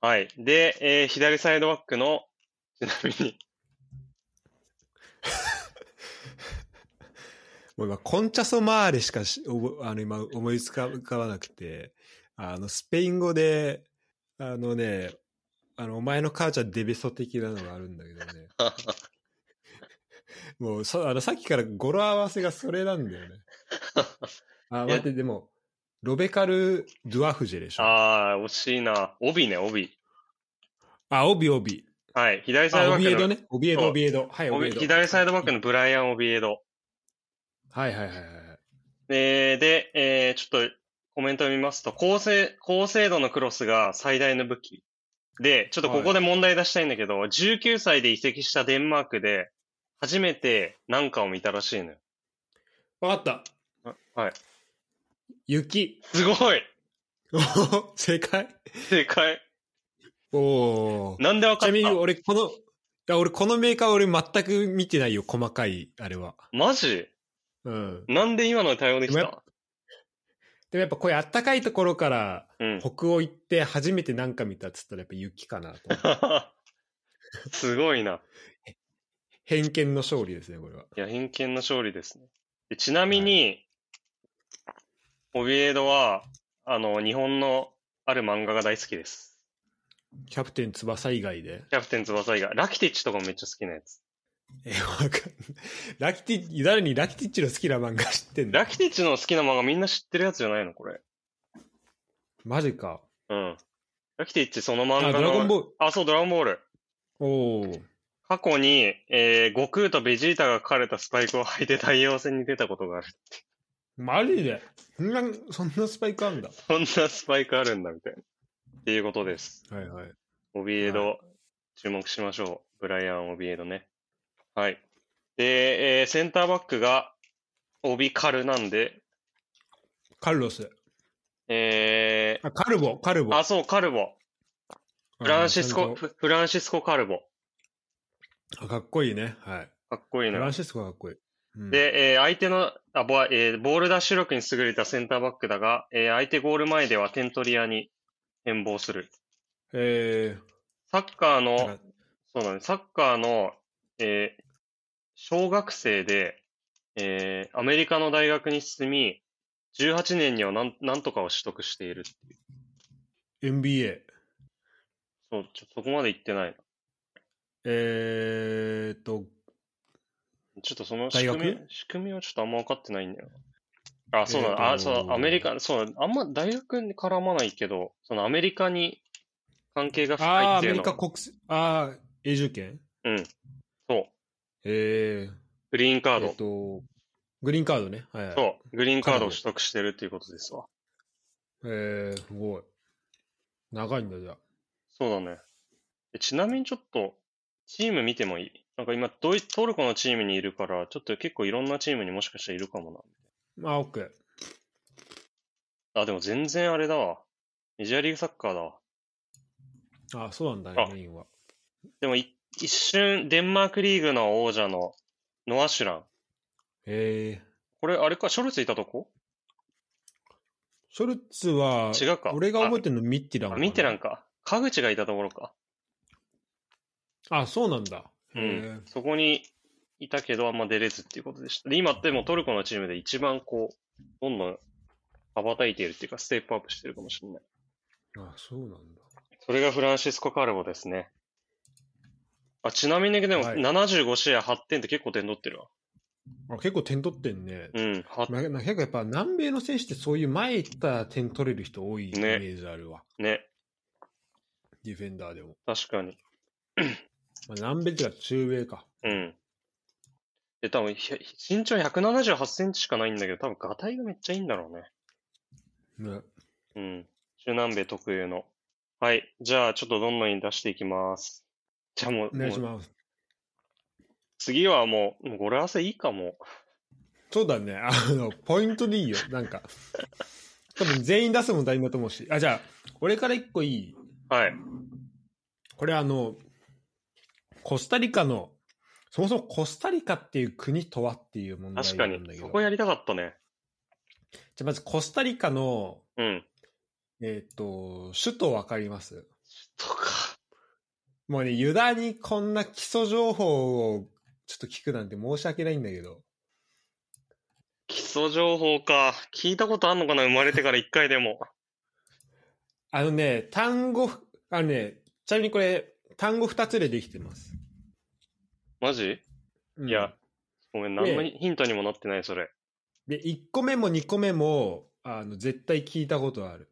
S2: はい。で、えー左サイドバックの、ちなみ に、
S1: もう今、コンチャソマーレしかし、おぼあの、今、思いつか浮かばなくて、あの、スペイン語で、あのね、あの、お前の母ちゃんデベソ的なのがあるんだけどね。もうそあのさっきから語呂合わせがそれなんだよね。あ、
S2: いや
S1: 待って、でも、ロベカル・ドゥアフジェでしょ。あ、
S2: ああ、惜しいな。帯ね、帯。
S1: オビオビ。
S2: はい。左サイ
S1: あ、
S2: ド
S1: オ
S2: バッ
S1: ビエ
S2: ク
S1: ド
S2: の、
S1: ね。オビエド、
S2: そう
S1: オビエド。はい、オ
S2: オ
S1: ビ
S2: ビ
S1: エド。
S2: 左サイドバック
S1: の。
S2: のブライアン・オビエド。
S1: はいはいはいはい。
S2: えーで、えーちょっとコメントを見ますと、高精高精度のクロスが最大の武器。で、ちょっとここで問題出したいんだけど、19歳で移籍したデンマークで、初めてなんかを見たらしいのよ。
S1: わかった。
S2: はい。
S1: 雪。
S2: すごい
S1: おお 正解。
S2: 正解。
S1: おお。
S2: なんでわ
S1: ち
S2: かっ
S1: なみに
S2: た
S1: 俺この、いや俺このメーカー俺全く見てないよ、細かい、あれは。
S2: マジ
S1: うん。
S2: なんで今の対応でき
S1: でも
S2: た
S1: でもやっぱこういうあったかいところから
S2: うん。
S1: 北欧行って初めてなんか見たっつったらやっぱ雪かなと思う。
S2: すごいな。
S1: 偏見の勝利ですね、これは。
S2: いや、偏見の勝利ですね。でちなみに、オビエドは、あの、日本のある漫画が大好きです。
S1: キャプテン翼以外で。
S2: キャプテン翼以外。ラキティッチとかもめっちゃ好きなやつ。
S1: え、わかんない。ラキティ、誰にラキティッチの好きな漫画知ってん
S2: ラ
S1: だ
S2: キティッチの好きな漫画みんな知ってるやつじゃないのこれ。
S1: マジか。
S2: うん。ラキティッチその漫画
S1: あ、
S2: の。
S1: ドラゴンボール。
S2: あ、そう、ドラゴンボール。
S1: おお。
S2: 過去に、えー、悟空とベジータが書かれたスパイクを履いて太陽戦に出たことがある。
S1: マジでそんな、そんなスパイクあんだ。
S2: そんなスパイクあるんだ、みたいな。っていうことです。
S1: はいはい。
S2: オビエド、注目しましょう。ブライアン・オビエドね。はい。で、えー、センターバックが、オビカルなんで、
S1: カルロス。
S2: え
S1: あ、カルボ、カルボ。
S2: ー、あ、そう、カルボ。フランシス
S1: う
S2: コ、
S1: んちゃん
S2: フフランシスコ・カルボ。
S1: とあかっこいいね。はい。
S2: かっこいい
S1: フラ
S2: な
S1: ン。シスコがかっこいい。うん、
S2: で、えー相手のあボ,、えーボールダッシュ力に優れたセンターバックだが、えー相手ゴール前では点取り屋に変貌する。
S1: え
S2: サッカー
S1: ー、
S2: の
S1: なん、か
S2: そうだね、サッカーの、えー小学生で、えーアメリカの大学に進み、18年にはなんなんとかを取得しているっていう。
S1: NBA。
S2: そう、ちょそこまで行ってない
S1: えーっと、
S2: な。ちょっとその仕
S1: 大学
S2: 組み、仕組みはちょっとあんま分かってないんだよな。あ、そうだ、
S1: えーと
S2: あ、そうだ、アメリカ、そうだ、あんま大学に絡まないけど、そのアメリカに関係が深
S1: あ
S2: い
S1: あ、
S2: っ
S1: ア
S2: てい
S1: メ
S2: う
S1: リ
S2: の
S1: カ国籍、ああ、永住権
S2: そう、
S1: えー、
S2: グリーンカー
S1: え
S2: ド。
S1: ーっと、グリーンカードね。はい、はい。
S2: そう、グリーンカードを取得してるっていうことですわ。
S1: えー、すごい。長いんだ、じゃあ。
S2: そうだね。でちなみにちょっと、チーム見てもいいなんか今ドイ、トルコのチームにいるから、ちょっと結構いろんなチームにもしかしたらいるかも
S1: まあ、オッケー。
S2: な。あ、でも全然あれだわ。メジャーリーグサッカーだわ。
S1: ああ、そうなんだ
S2: あ
S1: ね、メインは。
S2: でもい一瞬、デンマークリーグの王者のノアシュラン。
S1: えー、
S2: これ、あれか、ショルツいたとこ
S1: ショルツは、
S2: 違うか
S1: 俺が覚えてるのミッティラン
S2: あ
S1: かな
S2: 見てなんか。川口がいたところか。
S1: あ、そうなんだ。
S2: う
S1: へ
S2: ん。そこにいたけど、あんま出れずっていうことでした。で、今でもトルコのチームで一番こう、どんどん羽ばたいているっていうか、ステップアップしてるかもしれない。
S1: えあ、そうなんだ。
S2: それがフランシスコ・カルボですね。あちなみに、でも
S1: はい
S2: 75試合8点って結構点取ってるわ。
S1: あ結構点取ってんね。
S2: うん、8
S1: まあな結構やっぱ南米の選手ってそういう前行ったら点取れる人多いイメ
S2: ね
S1: ージあるわ。
S2: ね、
S1: ディフェンダーでも。
S2: 確かに。
S1: まあ、南米っていうか中米か。
S2: うん。で、多分ひ身長178センチしかないんだけど、多分ガタイがめっちゃいいんだろうね。
S1: ね、
S2: うん。中南米特有の。はい。じゃあ、ちょっとどんどん出していきます。じゃあもう、
S1: お願いし
S2: もう
S1: ます。
S2: 次はもう、もう語呂合わせいいかも。
S1: そうだね。あの、ポイントでいいよ。なんか。多分全員出すも大変だと思うし。あ、じゃあ、俺から一個いい
S2: はい。
S1: これあの、コスタリカの、そもそもコスタリカっていう国とはっていう問題
S2: 確か
S1: なんだ
S2: に。
S1: け
S2: そ
S1: ど。
S2: こやりたかったね。
S1: じゃあまずコスタリカの、
S2: うん。
S1: えっ、と、首都わかります
S2: とか。
S1: もうね、ユダにこんな基礎情報をちょっと聞くなんて申し訳ないんだけど。
S2: 基礎情報か。聞いたことあんのかな生まれてから一回でも。
S1: あのね、単語、あのね、ちなみにこれ、単語二つでできてます。
S2: マジ
S1: うん
S2: いや、ごめん、何もヒントにもなってない、それ。
S1: で、1個目も2個目も、あの、絶対聞いたことある。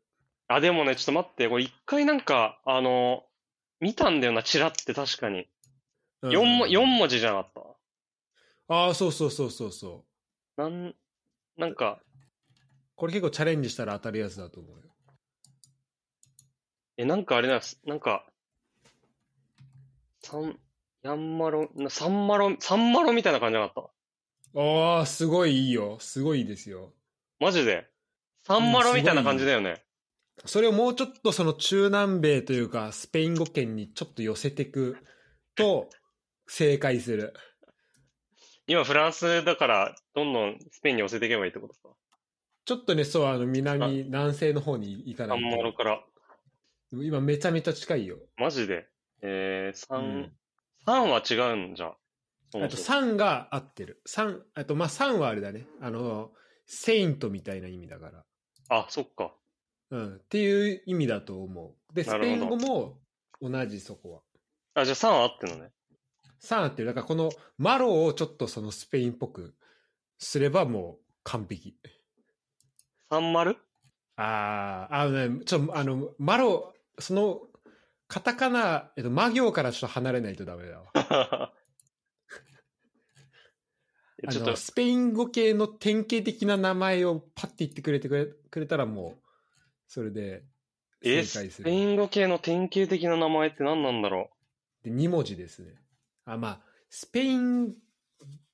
S2: あ、でもね、ちょっと待って、これ一回なんか、あの、見たんだよな、チラって確かに。
S1: うん
S2: 4も、四文字じゃなかっ
S1: ああ、そうそうそうそうそう。
S2: た。なん、なんか、
S1: これ結構チャレンジしたら当たるやつだと思うよ。
S2: え、なんかあれなんです、なんか、サン、ヤンマロ、なサンマロ、サンマロみたいな感じじゃなかっ
S1: ああ、すごいいいよ。すごいいいですよ。
S2: た。マジで。サンマロみたいな感じだよね。
S1: それをもうちょっとその中南米というか、スペイン語圏にちょっと寄せていくと、正解する。
S2: 今フランスだから、どんどんスペインに寄せていけばいいってことか。
S1: ちょっとね、そう、あの、南、南西の方に行か
S2: サ
S1: な
S2: ンマロ
S1: い
S2: から。
S1: と。今めちゃめちゃ近いよ。
S2: マジで。え
S1: う
S2: ー、三
S1: ん、
S2: 三、は違うんじゃん。そ
S1: あ
S2: も
S1: と
S2: そも
S1: 3が合ってる。三あとまあ3はあれだね。あの、セイントみたいな意味だから。
S2: あ、そっか。
S1: うん。っていう意味だと思う。で、ス
S2: なる
S1: ペイ
S2: ほど
S1: ン語も同じそこは。
S2: あ、じゃあ3は合ってんのね。
S1: 3合ってる。だからこのマロをちょっとそのスペインっぽくすればもう完璧。
S2: サン マル
S1: あーあのね、ちょっとあの、マロ、その、カタカナ、えっと、魔行からちょっと離れないとダメだわ。
S2: え
S1: あ
S2: ちょっと
S1: の、スペイン語系の典型的な名前をパッて言ってくれてくれくれたらもう、それで
S2: え
S1: 正
S2: ス
S1: 解す
S2: ペ
S1: る。
S2: イン語系の典型的な名前って何なんだろ
S1: で、2文字ですね。あ、まあ、スペイン、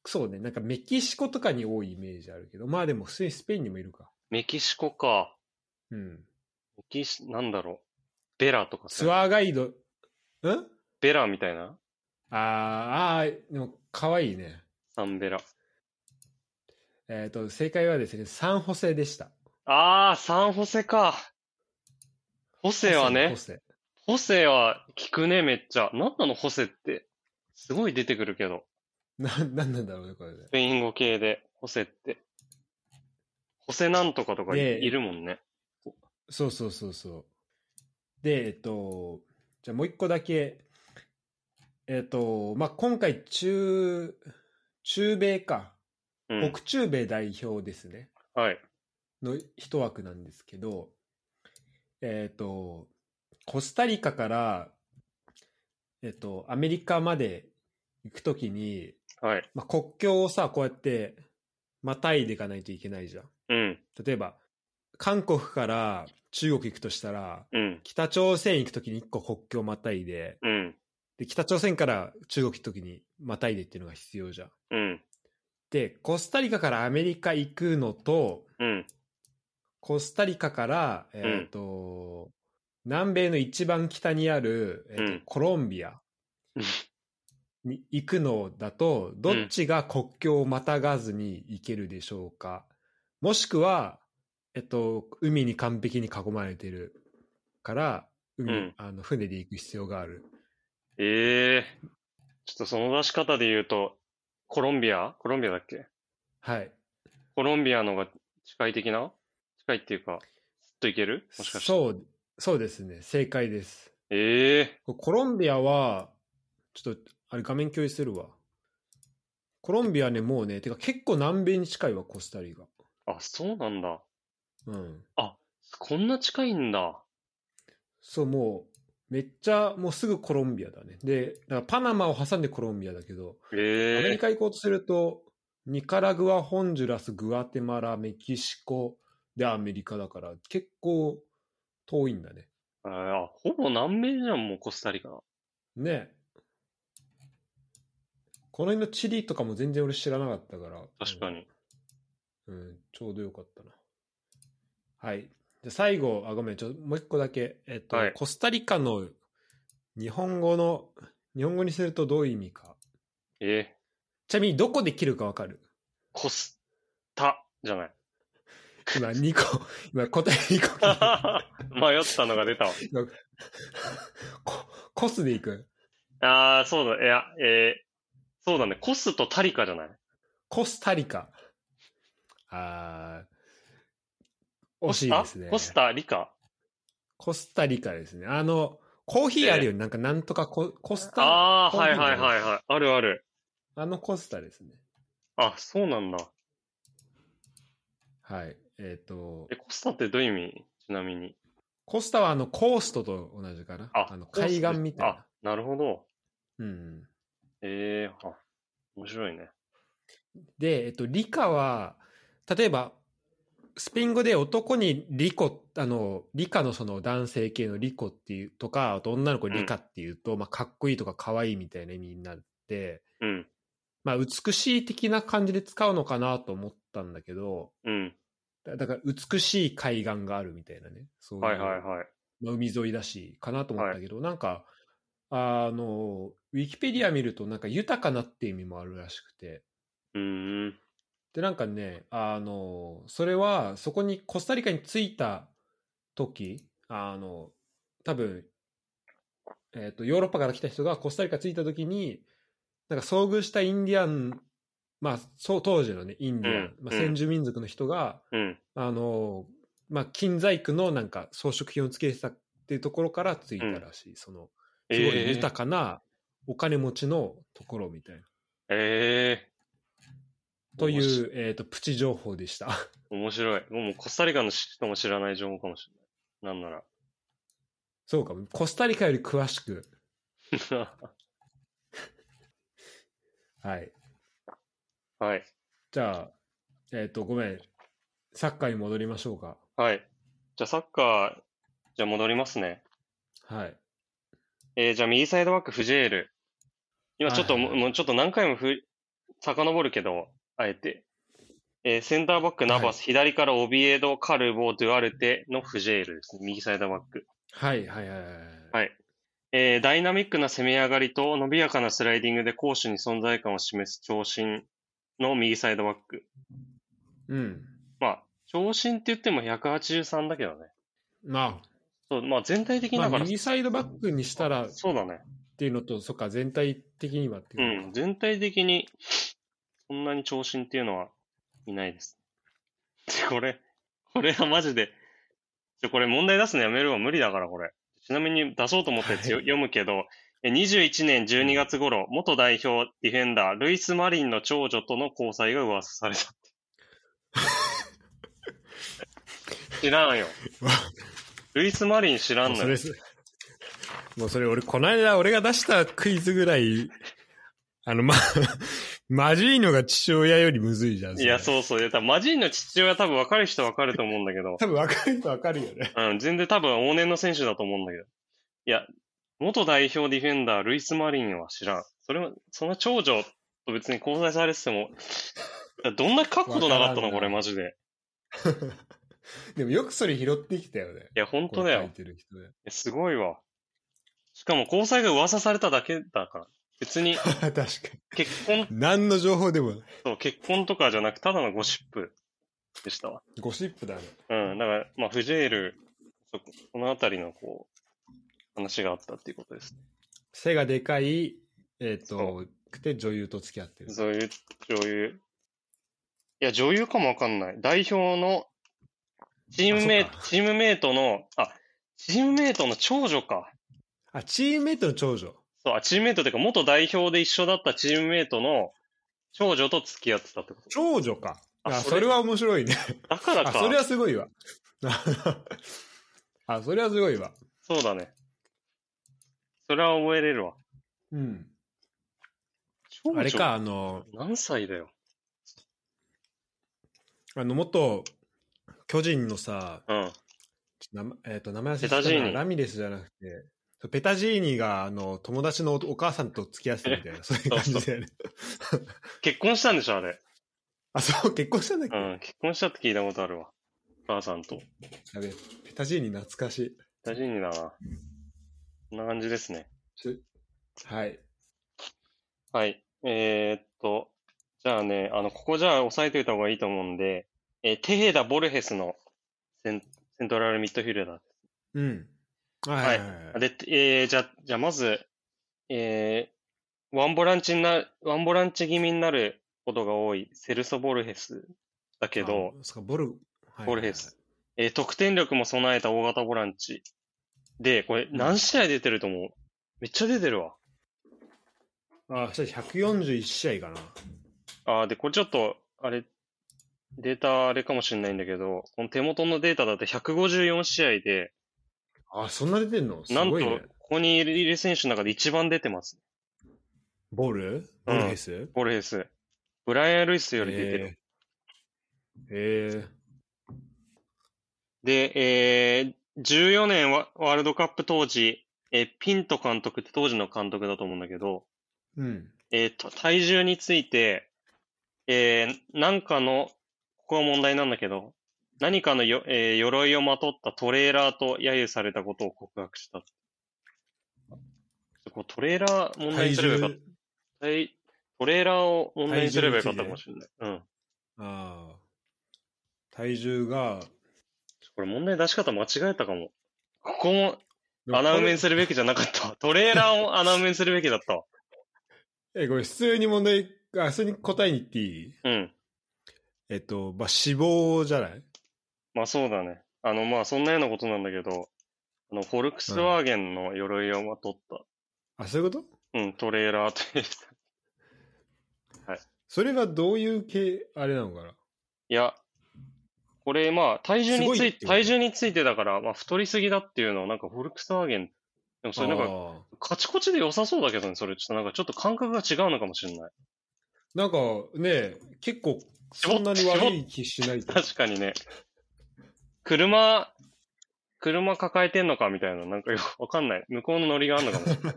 S1: そうね、なんかメキシコとかに多いイメージあるけど、まあでも普通にスペインにもいるか。
S2: うメキシコか。
S1: うん。
S2: メキシ、なんだろう。ベラとか
S1: ツアーガイド、ん
S2: ベラみたいな
S1: あーあー、でも可愛いね。
S2: サンベラ。
S1: えっ、と、正解はですね、サンホセでした。
S2: あー、サンホセか。ホセはね
S1: ホ、セ。
S2: ホセは聞くね、めっちゃ。なんなの、ホセって。すごい出てくるけど。
S1: な、なんなんだろうね、これね
S2: ス。ペイン語系で、ホセって。ホセなんとかとかい
S1: ねえ
S2: いるもんね。
S1: そうそうそうそう。で、えっと、じゃあもう一個だけ。えっと、まあ、今回、中、中米か。
S2: うん。
S1: 北中米代表ですね。
S2: はい。
S1: の一枠なんですけど、えっと、コスタリカから、えっと、アメリカまで行くときに、
S2: はい。
S1: まあ、国境をさ、こうやって、またいでいかないといけないじゃん。
S2: うん。
S1: 例えば、韓国から中国行くとしたら、
S2: うん。
S1: 北朝鮮行くときに1個国境またいで、
S2: うん。
S1: で、北朝鮮から中国行くときにまたいでっていうのが必要じゃん。
S2: うん。
S1: で、コスタリカからアメリカ行くのと、
S2: うん。
S1: コスタリカから、えっ、と、南米の一番北にある、えーと
S2: うん
S1: コロンビアに行くのだと、どっちが国境をまたがずに行けるでしょうか、もしくは、えっと、海に完璧に囲まれてるから、海、
S2: うん
S1: あの船で行く必要がある。
S2: ええちょっとその出し方で言うと、コロンビアコロンビアだっけ
S1: はい。
S2: コロンビアのが近い的な近いっていうか、ずっといけるもしかして。
S1: そう、そうですね。正解です。
S2: ええ
S1: コロンビアは、ちょっと、あれ画面共有するわ。コロンビアね、もうね、てか結構南米に近いわ、コスタリカ。
S2: あ、そうなんだ。
S1: うん。
S2: こんな近いんだ。
S1: そう、もう、めっちゃ、もうすぐコロンビアだね。で、だからパナマを挟んでコロンビアだけど、アメリ
S2: ええ
S1: カ行こうとすると、ニカラグア、ホンジュラス、グアテマラ、メキシコでアメリカだから、結構遠いんだね。
S2: あ、ほぼ南米じゃん、もうコスタリカ。
S1: ねこの辺のチリとかも全然俺知らなかったから。
S2: 確かに。
S1: うん、ちょうどよかったな。はい。じゃあ最後、あ、ごめん、ちょ、もう一個だけ。えっと、
S2: はい
S1: コスタリカの日本語の、日本語にするとどういう意味か。
S2: ええ
S1: ちなみにどこで切るかわかる
S2: コスタ、じゃない。
S1: 今2個、 今答え2個 聞いた
S2: 迷ったのが出たわ。
S1: ココスでいく。
S2: ああ、そうだ、いや、ええそうだね。コスとタリカじゃない
S1: コスタリカ。あー、
S2: コ
S1: 惜
S2: ス
S1: しい
S2: タ
S1: ですね。
S2: コスタリカ
S1: コスタリカですね。あの、コーヒーあるよね。なんかなんとかココスタ
S2: ああ、
S1: コーヒ
S2: はい
S1: ーの
S2: はいはいはい。あるある。
S1: あのコスタですね。
S2: あ、そうなんだ。
S1: はい。えっ、と
S2: え、、コスタってどういう意味ちなみに。
S1: コスタはあの、コーストと同じかな。
S2: あ
S1: の
S2: コースト
S1: 海岸みたいな
S2: あ。、なるほど。
S1: うん。
S2: ええあ、面白いね。
S1: で、えっと、リカは、例えば、スペイン語で男にリコ、あの、リカのその男性系のリコっていうとか、あと女の子リカっていうと、まあ、かっこいいとか可愛いみたいな意味になって、
S2: うん、
S1: まあ、美しい的な感じで使うのかなと思ったんだけど、
S2: うん。
S1: だだから美しい海岸があるみたいなね。そういう
S2: はいはいはい。
S1: まあ、海沿いだし、かなと思ったけど、なんか、あの、ウィキペディア見ると、なんか豊かなって意味もあるらしくて、
S2: うーん。
S1: で、なんかね、あの、それは、そこにコスタリカに着いた時、あの、多分、えっ、と、ヨーロッパから来た人がコスタリカ着いた時に、なんか遭遇したインディアン、まあ、そう、当時のね、インディアン、
S2: うん
S1: まあ、先住民族の人が、
S2: うん。
S1: あの、まあ、金細工のなんか装飾品をつけてたっていうところから着いたらしい。その、すごい
S2: ええ
S1: 豊かなお金持ちのところみたいな。
S2: ええ
S1: とい
S2: 面白
S1: う、えっ、と、プチ情報でした。
S2: 面白い。もうコスタリカの人も知らない情報かもしれない。なんな
S1: そうか、コスタリカより詳しく。
S2: ら。
S1: はい。
S2: はい。
S1: じゃあ、えっ、と、ごめん。サッカーに戻りましょうか。
S2: はい。じゃあサッカー、じゃあ戻りますね。
S1: はい。
S2: えー、じゃあ右サイドバック、フジエール。今ちょっと、
S1: はいはいはい
S2: もうちょっと何回もふ遡るけど、あえて。えーセンターバック、ナバス、左からオビエド、カルボ、ドゥアルテのフジェールですね。右サイドバック。
S1: はい、はい、はい。はい
S2: はいえーダイナミックな攻め上がりと伸びやかなスライディングで攻守に存在感を示す長身の右サイドバック。
S1: うん。
S2: まあ、長身って言っても183だけどね。
S1: ま
S2: そう、まあ全体的
S1: あ、
S2: にだ
S1: ま
S2: か
S1: あ、
S2: ら、
S1: 右サイドバックにしたらっ
S2: そうだね。
S1: ていうのと、そっか、全体的にはって
S2: う
S1: いうの
S2: ん、
S1: か
S2: 全体的に、そんなに長身っていうのはいないです。 でこれ、これはマジで、ちょ、これ問題出すのやめるわ、無理だから、これ。ちなみに出そうと思ったやつよ
S1: はい
S2: 読むけど、え21年12月頃、元代表ディフェンダー、ルイス・マリンの長女との交際が噂された。 知 らんよ。ルイス・マリン知らん
S1: もう
S2: の
S1: そ
S2: よ
S1: れ。す、もうそれ俺、この間俺が出したクイズぐらい、あの、ま、 まじいのが父親よりむずいじゃん。
S2: いや、
S1: う。
S2: そうそう。いや、多分マジンの父親多分分かる人分かると思うんだけど。
S1: 多分分かる人分かるよね。
S2: うん、全然多分往年の選手だと思うんだけど。いや、元代表ディフェンダー、ルイス・マリンは知らん。それは、その長女と別に交際されてても、どんな書くことなかったの
S1: わから
S2: これ
S1: んな
S2: マジで。
S1: でもよくそれ拾ってきたよね。
S2: いや、本当だ
S1: これ書
S2: よ
S1: い。てる人ね
S2: すごいわ。しかも交際が噂されただけだから。別に
S1: 確かに。
S2: 結婚
S1: 何の情報でもない
S2: と結婚とかじゃなく、ただのゴシップでしたわ。
S1: ゴシップだね。
S2: うん、だから、まあ、フジェール、そこのあたりのこう、話があったっていうことです。
S1: 背がでかい、えっ、
S2: そ
S1: と、くて女優と付き合ってる。
S2: そういう女優。いや、女優かもわかんない。代表の、チームメイ
S1: あそ
S2: ト
S1: っ、
S2: チームメイトの、あ、チームメイトの長女か。
S1: あ、チームメイトの長女。
S2: そう、あ、チームメイトっていうか、元代表で一緒だったチームメイトの長女と付き合ってたってこ
S1: 長女か。
S2: あ
S1: あ、
S2: そ
S1: そ
S2: れ
S1: れは面白いね。
S2: と。だから
S1: あ、
S2: か。
S1: それはすごいわ。 あ、それはすごいわ。
S2: そうだね。それは覚えれるわ。
S1: うん。
S2: 長女
S1: あれか、。あの、
S2: 何歳だよ。
S1: あの、元、巨人のさ、
S2: うん。
S1: 名前えっ、と、名前忘れ
S2: ペタジ
S1: て
S2: ー
S1: た
S2: ニ
S1: ラミレスじゃなくて、そうペタジーニが、あの、友達のおお母さんと付き合ってたみ たいな、そういう感じだよね。
S2: 結婚したんでしょ、あれ。
S1: あ、そう、結婚したんだっけ、
S2: うん。結婚したって聞いたことあるわ。お母さんと。
S1: やべえペタジーニ懐かしい。
S2: 大事にだな。こんな感じですね。
S1: ちはい。
S2: はい。えーっと、じゃあね、あの、ここじゃあ押さえておいた方がいいと思うんで、えーテヘダ・ボルヘスのセンセントラルミッドフィルダ
S1: うん。
S2: は
S1: はいいはいはい、
S2: ー。で、えーじゃ、じゃあまず、えーワンボランチにな、ワンボランチ気味になることが多いセルソ・ボルヘスだけど、
S1: あ、そうかボル、はい
S2: ボルヘス。えー得点力も備えた大型ボランチ。で、これ何試合出てると思う、めっちゃ出てるわ。
S1: あ、そう141試合かな。
S2: あーで、これちょっと、あれ、データあれかもしれないんだけど、この手元のデータだと154試合で、
S1: あ、そんな出てんのす
S2: なん
S1: ご
S2: と
S1: いね。、
S2: ここにいる選手の中で一番出てます。
S1: ボルボルヘス、
S2: ボルヘス。ブライアン・ルイスより出てる。
S1: えーえ
S2: で、えー、14年ワワールドカップ当時、えーピント監督って当時の監督だと思うんだけど、
S1: ーうん。
S2: えーと、体重について、えー、なんかの、ここは問題なんだけど、何かのよ、えー鎧をまとったトレーラーと揶揄されたことを告白した。こうトレーラー問題にすればよかった。体トレーラーを問題にすればよかったかもしれない。うん。
S1: あー体重が、
S2: これ問題出し方間違えたかも。ここも穴埋めにするべきじゃなかったわ。トレーラーを穴埋めにするべきだったわ。
S1: え、これ普通に問題、あ、普通に答えに言っていい
S2: うん。
S1: えっと、まあ、死亡じゃない
S2: まあそうだね。あの、まあそんなようなことなんだけど、あの、フォルクスワーゲンの鎧をまとった、
S1: あ、そういうこと
S2: うん、トレーラーという。
S1: それがどういう系、あれなのかない
S2: や、これまあ体重に
S1: す
S2: つ
S1: ごい
S2: い
S1: って
S2: て、
S1: こと
S2: 体重についてだから、まあ太りすぎだっていうのはなんかフォルクスワーゲン、でもそれなん
S1: あ
S2: か、
S1: ー
S2: カチコチで良さそうだけどね、それ。ちょっとなんかちょっと感覚が違うのかもしれない。
S1: なんかね、結構、そんなに悪い気しないけど。
S2: 確かにね。車、車抱えてんのかみたいな、なんかよくわかんない。向こうのノリがあるのかもしれない。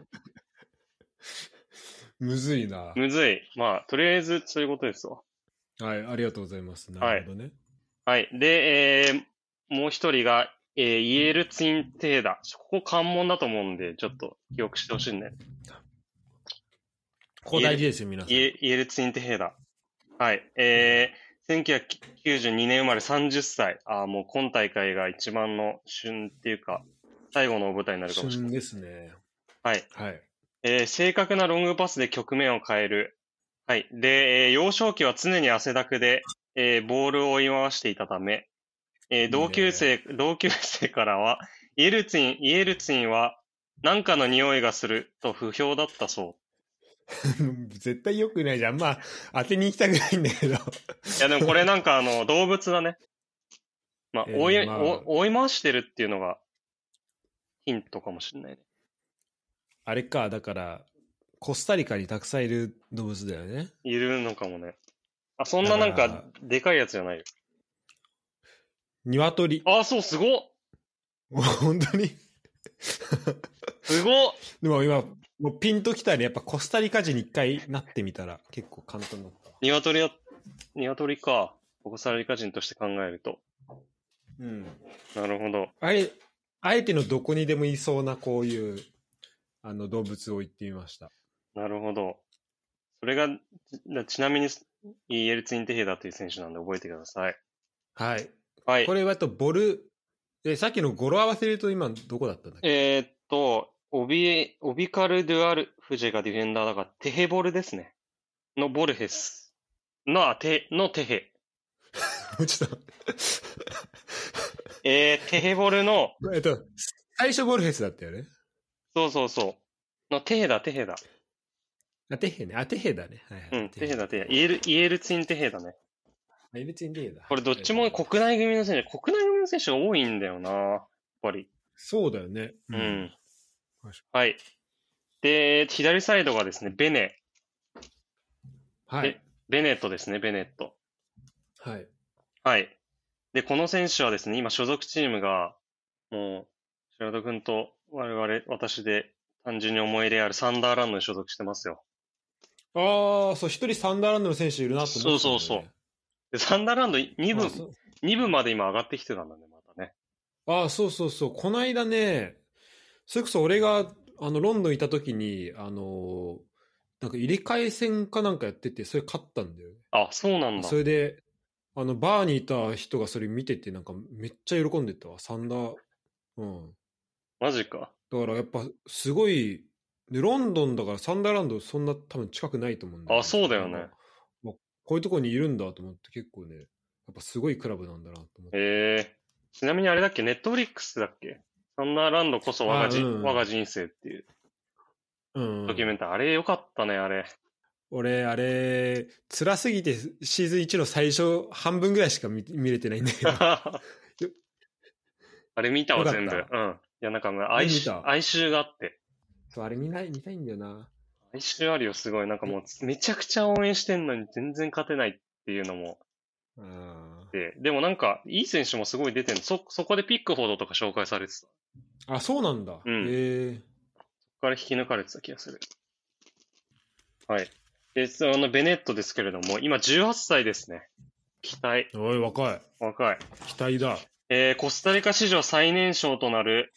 S1: むずいな。
S2: むずい。まあ、とりあえず、そういうことですわ。
S1: はい、ありがとうございます。なるほどね。
S2: はい。で、えー、もう一人が、えー、イエルツインテーダ。ここ関門だと思うんで、ちょっと記憶してほしいんだよね。
S1: ここ大事ですよ、皆さん
S2: イ。エイエルツインテーダ。はい。えー、1992年生まれ30歳。ああ、もう今大会が一番の旬っていうか、最後のお舞台になるかもしれない。
S1: 旬ですね。
S2: はい。
S1: はい。
S2: えー正確なロングパスで局面を変える。はい。で、えー幼少期は常に汗だくで、えーボールを追い回していたため、え
S1: い
S2: ー
S1: ね
S2: 同級生、同級生からは、イエルツィン、イエルツィンは、なんかの匂いがすると不評だったそ
S1: 絶対良くないじゃん。まあ、当てに行きたくないんだけど。
S2: う。いや、でもこれなんかあ の、動物だね。まあ、
S1: えー
S2: 追い、
S1: まあ
S2: 追追い回してるっていうのが、ヒントかもしれないね。
S1: あれか、だから、コスタリカにたくさんいる動物だよね。
S2: いるのかもね。あ、そんなな
S1: だ
S2: ん
S1: か
S2: か、でかいやつじゃないよ。
S1: 鶏。
S2: あ、そう、すごっ
S1: 本当に
S2: すごっ
S1: でも今、もうピンときたね。やっぱコスタリカ人に一回なってみたら結構簡単だった。
S2: 鶏は、鶏か。コスタリカ人として考えると。
S1: うん。
S2: なるほど。
S1: あれ、相手のどこにでもいそうなこういう、あの動物を言ってみました。
S2: なるほど。それが、ちちなみに、イエルツインテヘダという選手なんで覚えてください。
S1: はい。
S2: はい
S1: こ。れはあとボル、え、さっきの語呂合わせで言うと今どこだったんだっけ
S2: えーっと、オビ、オビカル・デュアル・フジェがディフェンダーだから、テヘボルですね。のボルヘス。の、あテ、のテヘ。
S1: もうちょっと
S2: えー、テヘボルの、
S1: えっと、最初ボルフェスだったよね。
S2: そうそうそう。のテヘダ、テヘダ。
S1: あ、テヘね。あ、テヘだね。はいは
S2: う
S1: い。
S2: ん、テヘダ、テヘダ。イエル、イエルツインテヘダね。
S1: あイベチンテヘダ。
S2: これどっちも
S1: こ
S2: 国内組の選手、国内組の選手が多いんだよな、やっぱり。
S1: そうだよね。
S2: うん。
S1: 確か
S2: はい。で、左サイドがですね、ベネ、
S1: はい。
S2: ベネットですね、ベネット。
S1: はい。
S2: はい。で、この選手はですね、今所属チームが、もう、白戸君と我々、私で単純に思い入れあるサンダーランドに所属してますよ。
S1: ああ、そう、一人サンダーランドの選手いるなと思ってたんだよね。
S2: そうそうで、サンダーランド2
S1: まあ
S2: 部、
S1: そ
S2: 二部まで今上がってきてたんだね、またね。
S1: ああ、そうそうそう。この間ね、それこそ俺が、あの、ロンドンいた時に、あのーなんか入れ替え戦かなんかやってて、それ勝ったんだよね。
S2: あ、そうなんだ
S1: そ。れで、あの、バーにいた人がそれ見てて、なんかめっちゃ喜んでたわ。サンダー、うん。
S2: マジか。
S1: だからやっぱすごい、で、ロンドンだからサンダーランドそんな多分近くないと思うんだ
S2: あそうだよね
S1: なんかまあこういうとこにいるんだと思って結構ね、やっぱすごいクラブなんだなと思って。
S2: えー、ちなみにあれだっけ、ネットフリックスだっけサンダーランドこそ我がじ、
S1: あうん
S2: 我が人生っていう
S1: うん
S2: ドキュメンタリー。あれ良かったね、あれ。
S1: 俺、あれ、辛すぎてシーズン1の最初半分ぐらいしか見見れてないんだ けど。
S2: あれ見たわ、
S1: よかった
S2: 全部。うん。いや、なんかもう哀
S1: 見た
S2: 愁、哀愁があって。
S1: そう、あれ見ない、見たいんだよな。
S2: 哀愁あるよ、すごい。なんかもう、めちゃくちゃ応援してんのに全然勝てないっていうのも
S1: あ
S2: あって。でもなんか、いい選手もすごい出てるそ、そこでピックフォードとか紹介されてた。そこ
S1: ーあ、そうなんだ。
S2: う
S1: へ
S2: ん
S1: え。
S2: から引き抜かれてた気がする。はい。で、そのベネットですけれども、今18歳ですね。期待。
S1: おい、若い。
S2: 若い。
S1: 期待だ。
S2: えーコスタリカ史上最年少となる、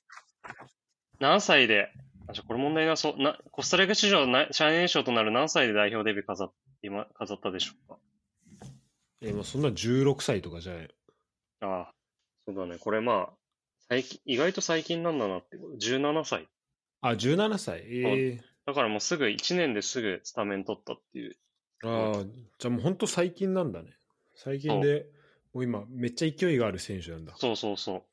S2: 何歳で、あ、ちょ、これ問題なそう、な、コスタリカ史上な最年少となる何歳で代表デビュー飾っ、今、飾ったでしょうか。
S1: え、もうそんな16歳とかじゃない。
S2: ああ、そうだね。これまあ、最近、意外と最近なんだなってこと、17歳。
S1: あ、17歳。え
S2: だからもうすぐ、1年ですぐスタメン取ったっていう。
S1: えああ、じゃあもう本当最近なんだね。最近で、もう今、めっちゃ勢いがある選手なんだ。
S2: そうそうそう。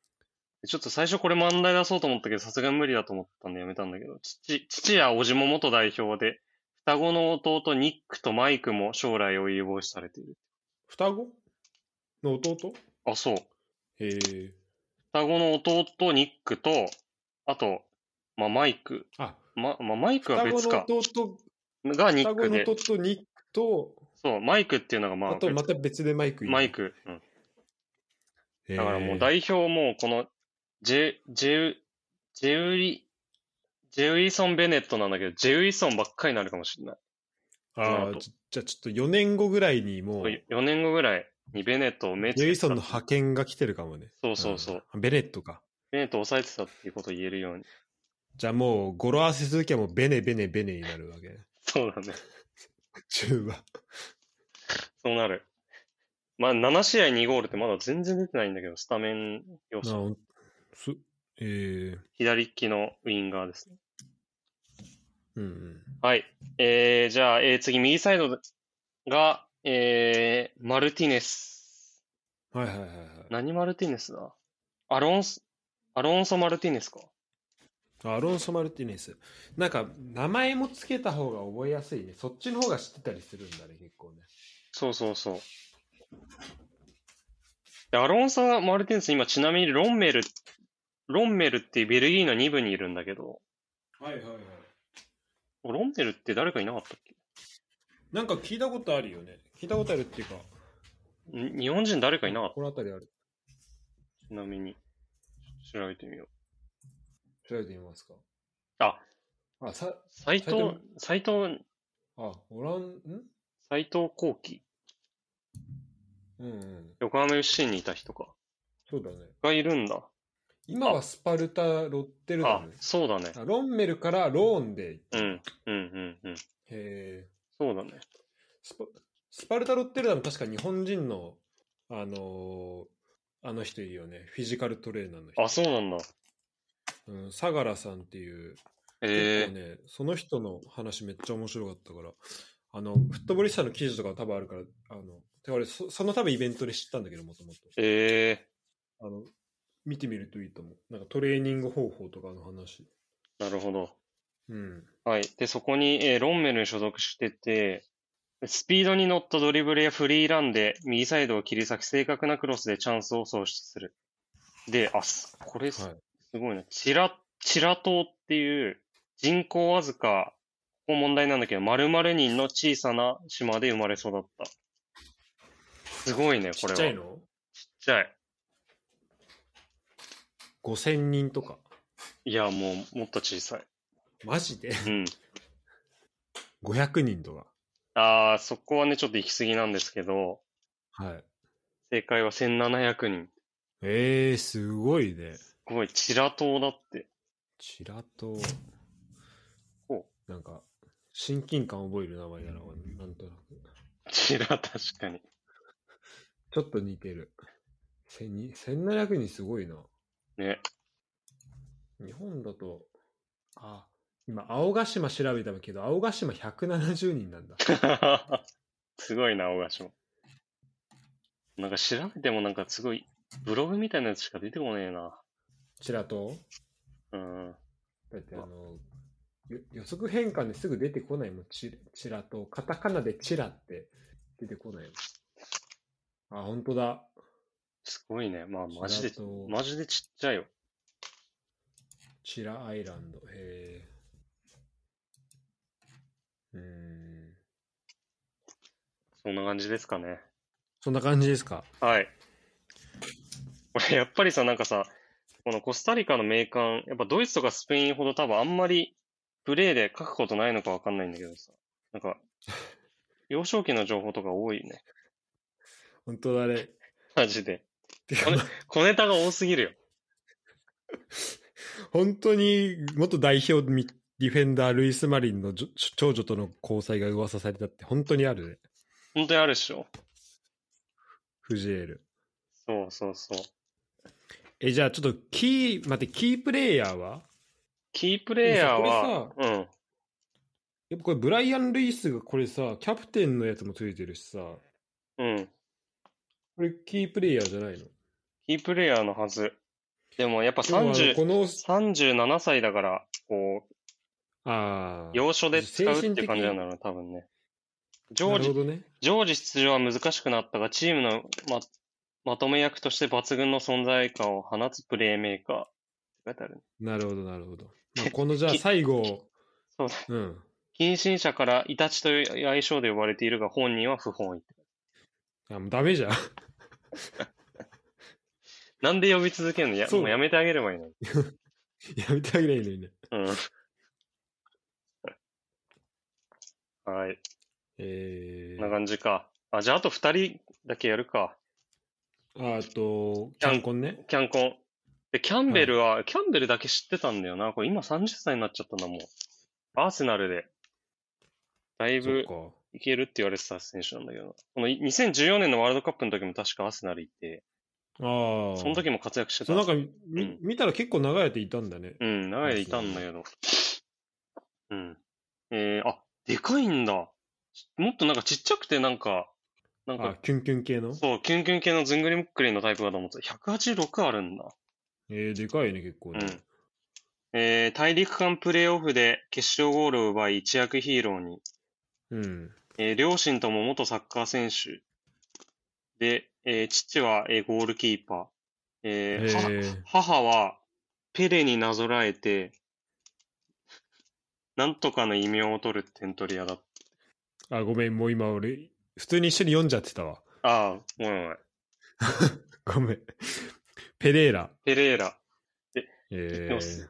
S2: ちょっと最初これ問題出そうと思ったけど、さすがに無理だと思ったんでやめたんだけど、父、父や叔父も元代表で、双子の弟ニックとマイクも将来を有望視されている。
S1: 双子の弟
S2: あ、そう。
S1: へえ。
S2: 双子の弟ニックと、あと、まあ、マイク。
S1: あ、
S2: ま、まあ、マイクは
S1: 双子
S2: 別
S1: の
S2: か。
S1: 弟、
S2: がニ
S1: 双
S2: ッ
S1: 子
S2: ク
S1: の
S2: で。
S1: 弟ニックと、
S2: そう、マイクっていうのがまあ、
S1: あとまた別
S2: 別
S1: でマイクいる
S2: マイ。ク。うん。
S1: だ
S2: だからもう代表もうこの、ジェ、ジェウ、ジェウリ、ジェウリソン・ベネットなんだけど、ジェウリソンばっかりになるかもしれない。
S1: ああ、じじゃあちょっと4年後ぐらいにもう、ジ
S2: 4年後ぐらいにベネットをめっちゃ
S1: ェイソンの派遣が来てるかもね。
S2: そうそうそう。
S1: うん。ベネットか。
S2: ベネットを抑えてたっていうことを言えるように。
S1: じゃあもう語呂合わせするときはもうベネベネベネになるわけ ね。
S2: そうだね。
S1: 中盤。
S2: そうなる。まあ、7試合2ゴールってまだ全然出てないんだけど、スタメン要
S1: な
S2: 素。
S1: おすえー、
S2: 左利きのウィンガーですね。
S1: うんうん。
S2: はい。えー、じゃあ、えー、次、右サイドが、えー、マルティネス。
S1: はいはいはいはい。
S2: 何マルティネスだアロンス、アロンソ・マルティネスか。
S1: あアロンソ・マルティネス。なんか、名前もつけた方が覚えやすいね。そっちの方が知ってたりするんだね、結構ね。
S2: そうそうそう。でアロンソ・マルティネス、今ちなみにロンメル、ロンメルっていうベルギーの2部にいるんだけど、
S1: はいはいはい。
S2: ロンメルって誰かいなかったっけ
S1: なんか聞いたことあるよね。聞いたことあるっていうか、
S2: ん日本人誰かいなかっ
S1: この辺りある。
S2: たちなみに。調べてみよう。
S1: 調べてみますか。
S2: あ、
S1: あ、さ、
S2: 斎藤、斎藤、
S1: あ、オラン、ん
S2: 斎藤幸喜。
S1: うんうん。
S2: 横浜 FC にいた人か。
S1: そうだね。
S2: がいるんだ。
S1: 今はスパルタ、ロッテルダ
S2: あ
S1: ム、
S2: そうだね。
S1: あロンメルからローンで行った。
S2: う
S1: へ
S2: ん、うん、うん、うん。
S1: え。
S2: そうだね。
S1: スパスパルタ・ロッテルダム確か日本人の、あのーあの人いるよね。フィジカルトレーナーの人。
S2: あ、そうなんだ。
S1: うん、相良さんっていう、
S2: え
S1: 結構ね、その人の話めっちゃ面白かったから、あの、フットボリスタの記事とか多分あるから、あの、てか俺そ、その多分イベントで知ったんだけど、もともと。
S2: ー、え
S1: あの、見てみるといいと思う。なんかトレーニング方法とかの話。
S2: ー、なるほど。
S1: うん。
S2: はい。で、そこに、えーロンメルに所属してて、スピードに乗ったドリブルやフリーランで右サイドを切り裂き、正確なクロスでチャンスを創出する。で、あ、すこれす,、
S1: はい
S2: ごいな。チラ、チラ島っていう人口わずか、ここ問題なんだけど、〇〇人の小さな島で生まれ育った。すごいね、
S1: ち
S2: これ
S1: っ
S2: は。
S1: ちゃい
S2: ちっ
S1: の
S2: ちゃい。
S1: ?5000 人とか。
S2: いや、もう、もっと小さい。
S1: マジで
S2: うん。
S1: ?500 人とか。
S2: ああ、そこはね、ちょっと行き過ぎなんですけど、
S1: はい。
S2: 正解は1700人。
S1: えー、すごいね。
S2: すごい、チラ島だって。
S1: チラと、
S2: お
S1: なんか、親近感覚える名前だな、俺なんとなく。
S2: チラ、確 かに。
S1: ちょっと似てる。千二1700人すごいな。
S2: ね。
S1: 日本だと、あ、今、青ヶ島調べたけど、青ヶ島170人 なんだ。
S2: すごいな、大島。なんか調べてもなんかすごい、ブログみたいなやつしか出てこねえな。
S1: チラと、
S2: うん。
S1: だってあの、よ予測変換ですぐ出てこないもん、チラチラと、カタカナでチラって出てこないもん。あ、本当だ。
S2: すごいね。まあ、マジで
S1: チラと、
S2: マジでちっちゃいよ。
S1: チラアイランド。へえ。うーん。
S2: そんな感じですかね。
S1: そんな感じですか。
S2: はい。これ、やっぱりさ、なんかさ、このコスタリカの名鑑、やっぱドイツとかスペインほど多分あんまりプレーで書くことないのかわかんないんだけどさ、なん か、幼少期の情報とか多いね。
S1: 本当だね。
S2: マジで。
S1: て
S2: あ
S1: か
S2: れ
S1: まあ
S2: 小ネタが多すぎるよ。
S1: 本当に元代表ミディフェンダー、ルイス・マリンのじょ長女との交際が噂されたって本当にあるね。
S2: 本当にあるでしょ。
S1: フジエール。
S2: そうそうそう。
S1: え、じゃあちょっとキー、待って、キープレイヤーは
S2: キープレイヤーは
S1: で、
S2: うん。
S1: やっぱこれブライアン・ルイスがこれさ、キャプテンのやつもついてるしさ、
S2: うん。
S1: これキープレイヤーじゃないの
S2: キープレイヤーのはず。でもやっぱ
S1: でも
S2: 30
S1: あのこの、
S2: 37歳だから、こう、
S1: ああ、
S2: 要所で使うっ
S1: 精
S2: て
S1: 神
S2: い
S1: 的
S2: う感じなんだろうね、多分ね。常
S1: なるほ、
S2: 時
S1: どね。
S2: 常時出場は難しくなったが、チームのままとめ役として抜群の存在感を放つプレーメーカー。書いてあるね
S1: なるほど、なるほど。ま あ、このじゃあ最後、
S2: そうだ。
S1: うん。
S2: 近親者からイタチという愛称で呼ばれているが、本人は不本意。
S1: あもうダメじゃん。
S2: なんで呼び続けるのや
S1: そう
S2: もうやめてあげればいい のに。
S1: やめてあげないいのにね。
S2: うん。 はい。
S1: え
S2: こんな
S1: ー、
S2: 感じか。あ、じゃああと2人だけやるか。
S1: ああと、キ
S2: キャン
S1: ャンコンね。
S2: キャンコン。で、キャンベルは、キャンベルだけ知ってたんだよな。これ今30歳になっちゃったんだもん。アーセナルで、だい
S1: そっ
S2: ぶ
S1: か。
S2: いけるって言われてた選手なんだけどな。この2014年のワールドカップの時も確かアーセナルいて、
S1: ああ。
S2: その時も活躍してた。
S1: そうなんかみ、
S2: うん
S1: 見たら結構長いやついたんだね。
S2: うん、長い間いたんだけど。うん。えー、あ、でかいんだ。もっとなんかちっちゃくてなんか、なん
S1: あ
S2: か、
S1: キュンキュン系の
S2: そう、キュンキュン系のずんぐりむっくりのタイプかと思ってた。186あるんだ。
S1: えー、でかいね、結構ね。
S2: うんえー大陸間プレーオフで決勝ゴールを奪い一躍ヒーローに、
S1: うん。
S2: えー両親とも元サッカー選手で、えー父は、えーゴールキーパー、
S1: え
S2: えーは
S1: ー、
S2: 母はペレになぞらえてなんとかの異名を取る点取り屋だっ
S1: あ、ごめん、もう今俺、普通に一緒に読んじゃってたわ。
S2: たああごめんごめん
S1: ごめん。ペレーラ。
S2: ペレーラ
S1: え
S2: でもす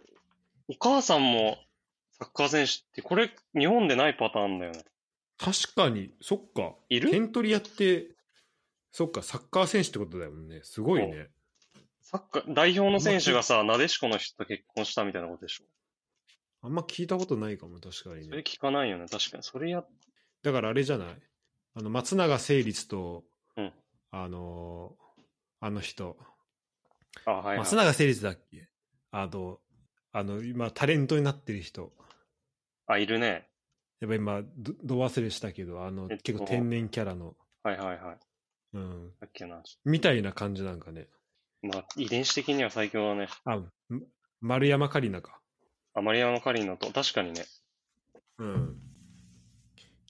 S2: お母さんもサッカー選手ってこれ日本でないパターンだよね
S1: ー、確かに、そっか。
S2: いる
S1: 点取り屋って、そっか、サッカー選手ってことだよね。すごいね。
S2: サッカー代表の選手がさなでしこの人と結婚したみたいなことでしょ
S1: あんま聞いたことないかも、確かに
S2: それ
S1: ね。
S2: 聞かないよね、確かに。それや、
S1: だからあれじゃないあの、松永誠律と、
S2: うん
S1: あのーあの人、
S2: あ、はい、はい。
S1: 松永誠律だっけあと、あの、今、タレントになってる人。
S2: あ、いるね。
S1: やっぱ今、どど忘れしたけど、あの、
S2: えっと
S1: 結構天然キャラの、
S2: はいはいはい。
S1: うん、
S2: だっけな。
S1: みたいな感じなんかね。
S2: まあ、遺伝子的には最強だね。
S1: あ、ん丸山桂里奈か。
S2: あマリアのカリーノと、確かにね。
S1: うん。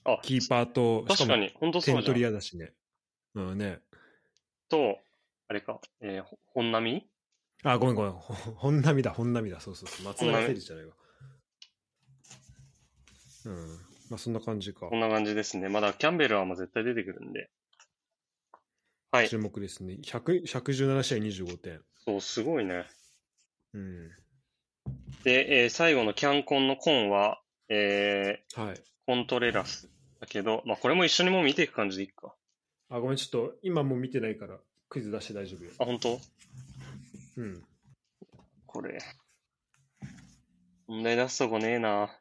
S2: あ、
S1: キーパーと、
S2: 確か
S1: しも
S2: に、本当そう
S1: 点
S2: じゃ
S1: 取り
S2: ん。
S1: 屋だしね。うんね。
S2: と、あれか、えー、ほ本並
S1: あ、ごめんごめん。ほ本並だ、本並だ。そうそうそう。松永
S2: 本並
S1: 誠治じゃないわ。うん。まあ、そんな感じか
S2: こん。な感じですね。まだキャンベルはもう絶対出てくるんで。はい。
S1: 注目ですね。100 117試合25点。
S2: そう、すごいね。
S1: うん。
S2: で、えー最後のキャンコンのコンは、えー、
S1: はい。
S2: コントレラス。だけど、まあ、これも一緒にもう見ていく感じでいいか。
S1: あ、ごめん。ちょっと、今もう見てないから、クイズ出して大丈夫よ。
S2: あ、本当
S1: うん。
S2: これ。問題出すとこねえな。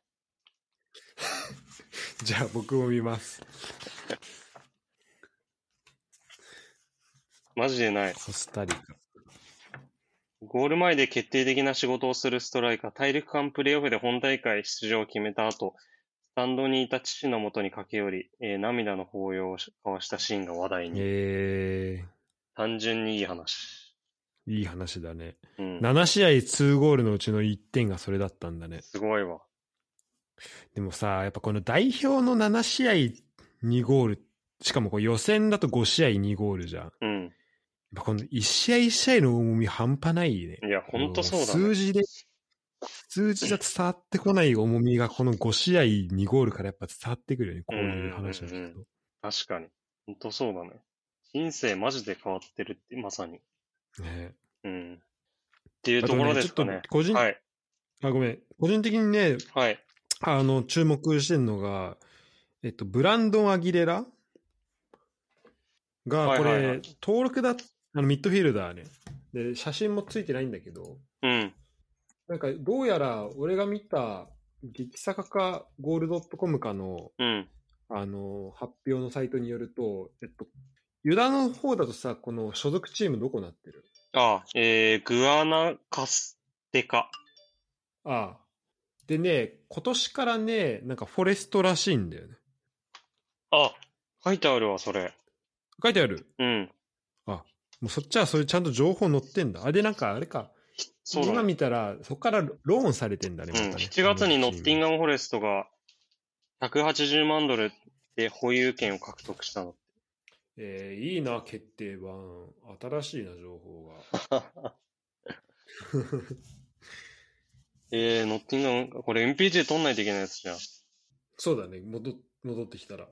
S1: じゃあ、僕も見ます。
S2: マジでない。
S1: コスタリカ。
S2: ゴール前で決定的な仕事をするストライカー、大陸間プレーオフで本大会出場を決めた後、スタンドにいた父のもとに駆け寄り、えー涙の抱擁を交わしたシーンが話題に。
S1: え
S2: 単純にいい話。
S1: ー、いい話だね。
S2: うん。
S1: 7試合2ゴールのうちの1点がそれだったんだね。
S2: すごいわ。
S1: でもさ、やっぱこの代表の7試合2ゴール、しかもこう予選だと5試合2ゴールじゃん。やっ
S2: うん。
S1: ぱこの1試合1試合の重み半端ないね。
S2: いや、ほんとそうだ、
S1: 数
S2: ね。
S1: 字で、数字じゃ伝わってこない重みがこの5試合2ゴールからやっぱ伝わってくるよね、こういう話を
S2: うんう
S1: 聞
S2: ん
S1: くと。
S2: 確かに。ほんとそうだね。人生マジで変わってるって、まさに。
S1: ね
S2: うん。っていうところですかね
S1: あとねちょっ。と個人
S2: はい。
S1: あ、ごめん。個人的にね、
S2: はい。
S1: あの、注目してるのが、えっと、ブランドン・アギレラが、
S2: はい
S1: これ、
S2: はいはい
S1: 登録だ、あの、ミッドフィールダーね。で、写真もついてないんだけど、
S2: うん。
S1: なんか、どうやら、俺が見た、激坂か、ゴールドットコムかの、
S2: うん。
S1: あの、発表のサイトによると、えっと、ユダの方だとさ、この所属チームどこなってる
S2: あ、えー、グアナカステカ。
S1: ああ。でね、今年からね、なんかフォレストらしいんだよね。
S2: あ、書いてあるわ、それ。
S1: 書いてある
S2: うん。
S1: もうそっちはそれちゃんと情報載ってんだ。あ、で、なんかあれか。
S2: そうだ
S1: 今
S2: ね。
S1: 見たら、そこからローンされてんだね、
S2: う
S1: また
S2: ん。
S1: ね
S2: 7月にノッティン
S1: が。
S2: ガム・フォレストが180万ドルで保有権を獲得したの。
S1: えーいいな、決定版。新しいな、情報が。
S2: えー、ノッティンガム、これ MPG 取んないといけないやつじゃん。
S1: そうだね、戻っ戻ってきたら。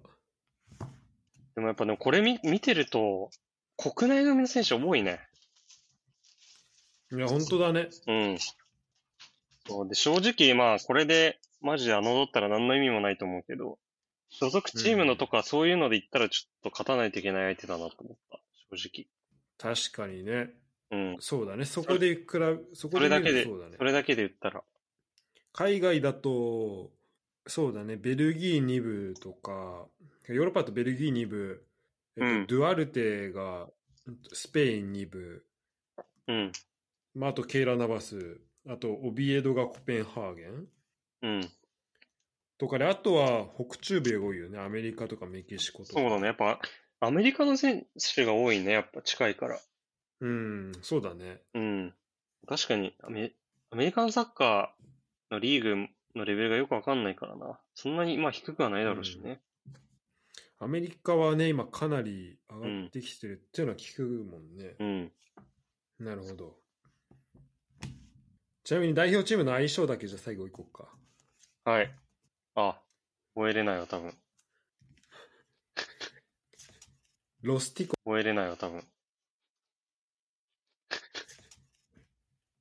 S2: でもやっぱね、これ見見てると、国内組の選手多いね。
S1: いや、本当だね。
S2: うん。そうで、正直、まあ、これで、マジで侮ったら何の意味もないと思うけど、所属チームのとか、そういうので言ったら、ちょっと勝たないといけない相手だなと思った。正
S1: 確かにね。
S2: 直。うん。
S1: そうだね、そこで比べ、そこ
S2: それだけ
S1: 見る
S2: で
S1: とそうだね
S2: そ。れだけで言ったら。
S1: 海外だと、そうだね、ベルギー2部とか、ヨーロッパだとベルギー2部、えっと
S2: うん
S1: ドゥアルテがうんとスペイン2部、
S2: うん。
S1: まあ、あとケイラ・ナバス、あとオビエドがコペンハーゲン
S2: うん。
S1: とかで、あとは北中米が多いよね、アメリカとかメキシコとか。
S2: そうだね。やっぱ、アメリカの選手が多いね。やっぱ近いから。
S1: うん、そうだね。
S2: うん。確かにアメ、アメリカンサッカーのリーグのレベルがよくわかんないからな。そんなに、まあ、低くはないだろうしね。
S1: アメリカはね、今かなり上がってきてるっていうのは聞くもんね。
S2: うん。
S1: なるほど。ちなみに代表チームの相性だけじゃ最後いこうか。
S2: はい。あ、覚えれないわ、多分。
S1: ロスティコ、
S2: 覚えれないわ、多分。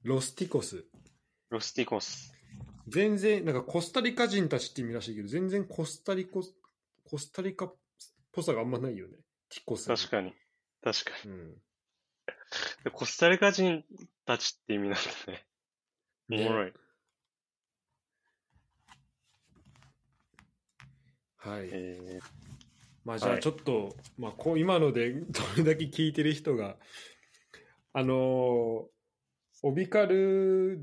S1: ロスティコス。
S2: ロスティコス。
S1: 全然、なんかコスタリカ人たちって意味らしいけど、全然コスタリコ、コスタリカっぽさがあんまないよね。ティコス。
S2: 確かに。確か
S1: に。うん。
S2: に。コスタリカ人たちって意味なんだね。おもろ
S1: ね
S2: い。
S1: はい。
S2: え
S1: まあじゃ
S2: は
S1: あ
S2: い
S1: ちょっと、まあこう今ので どれだけ聞いてる人があのーオビカル・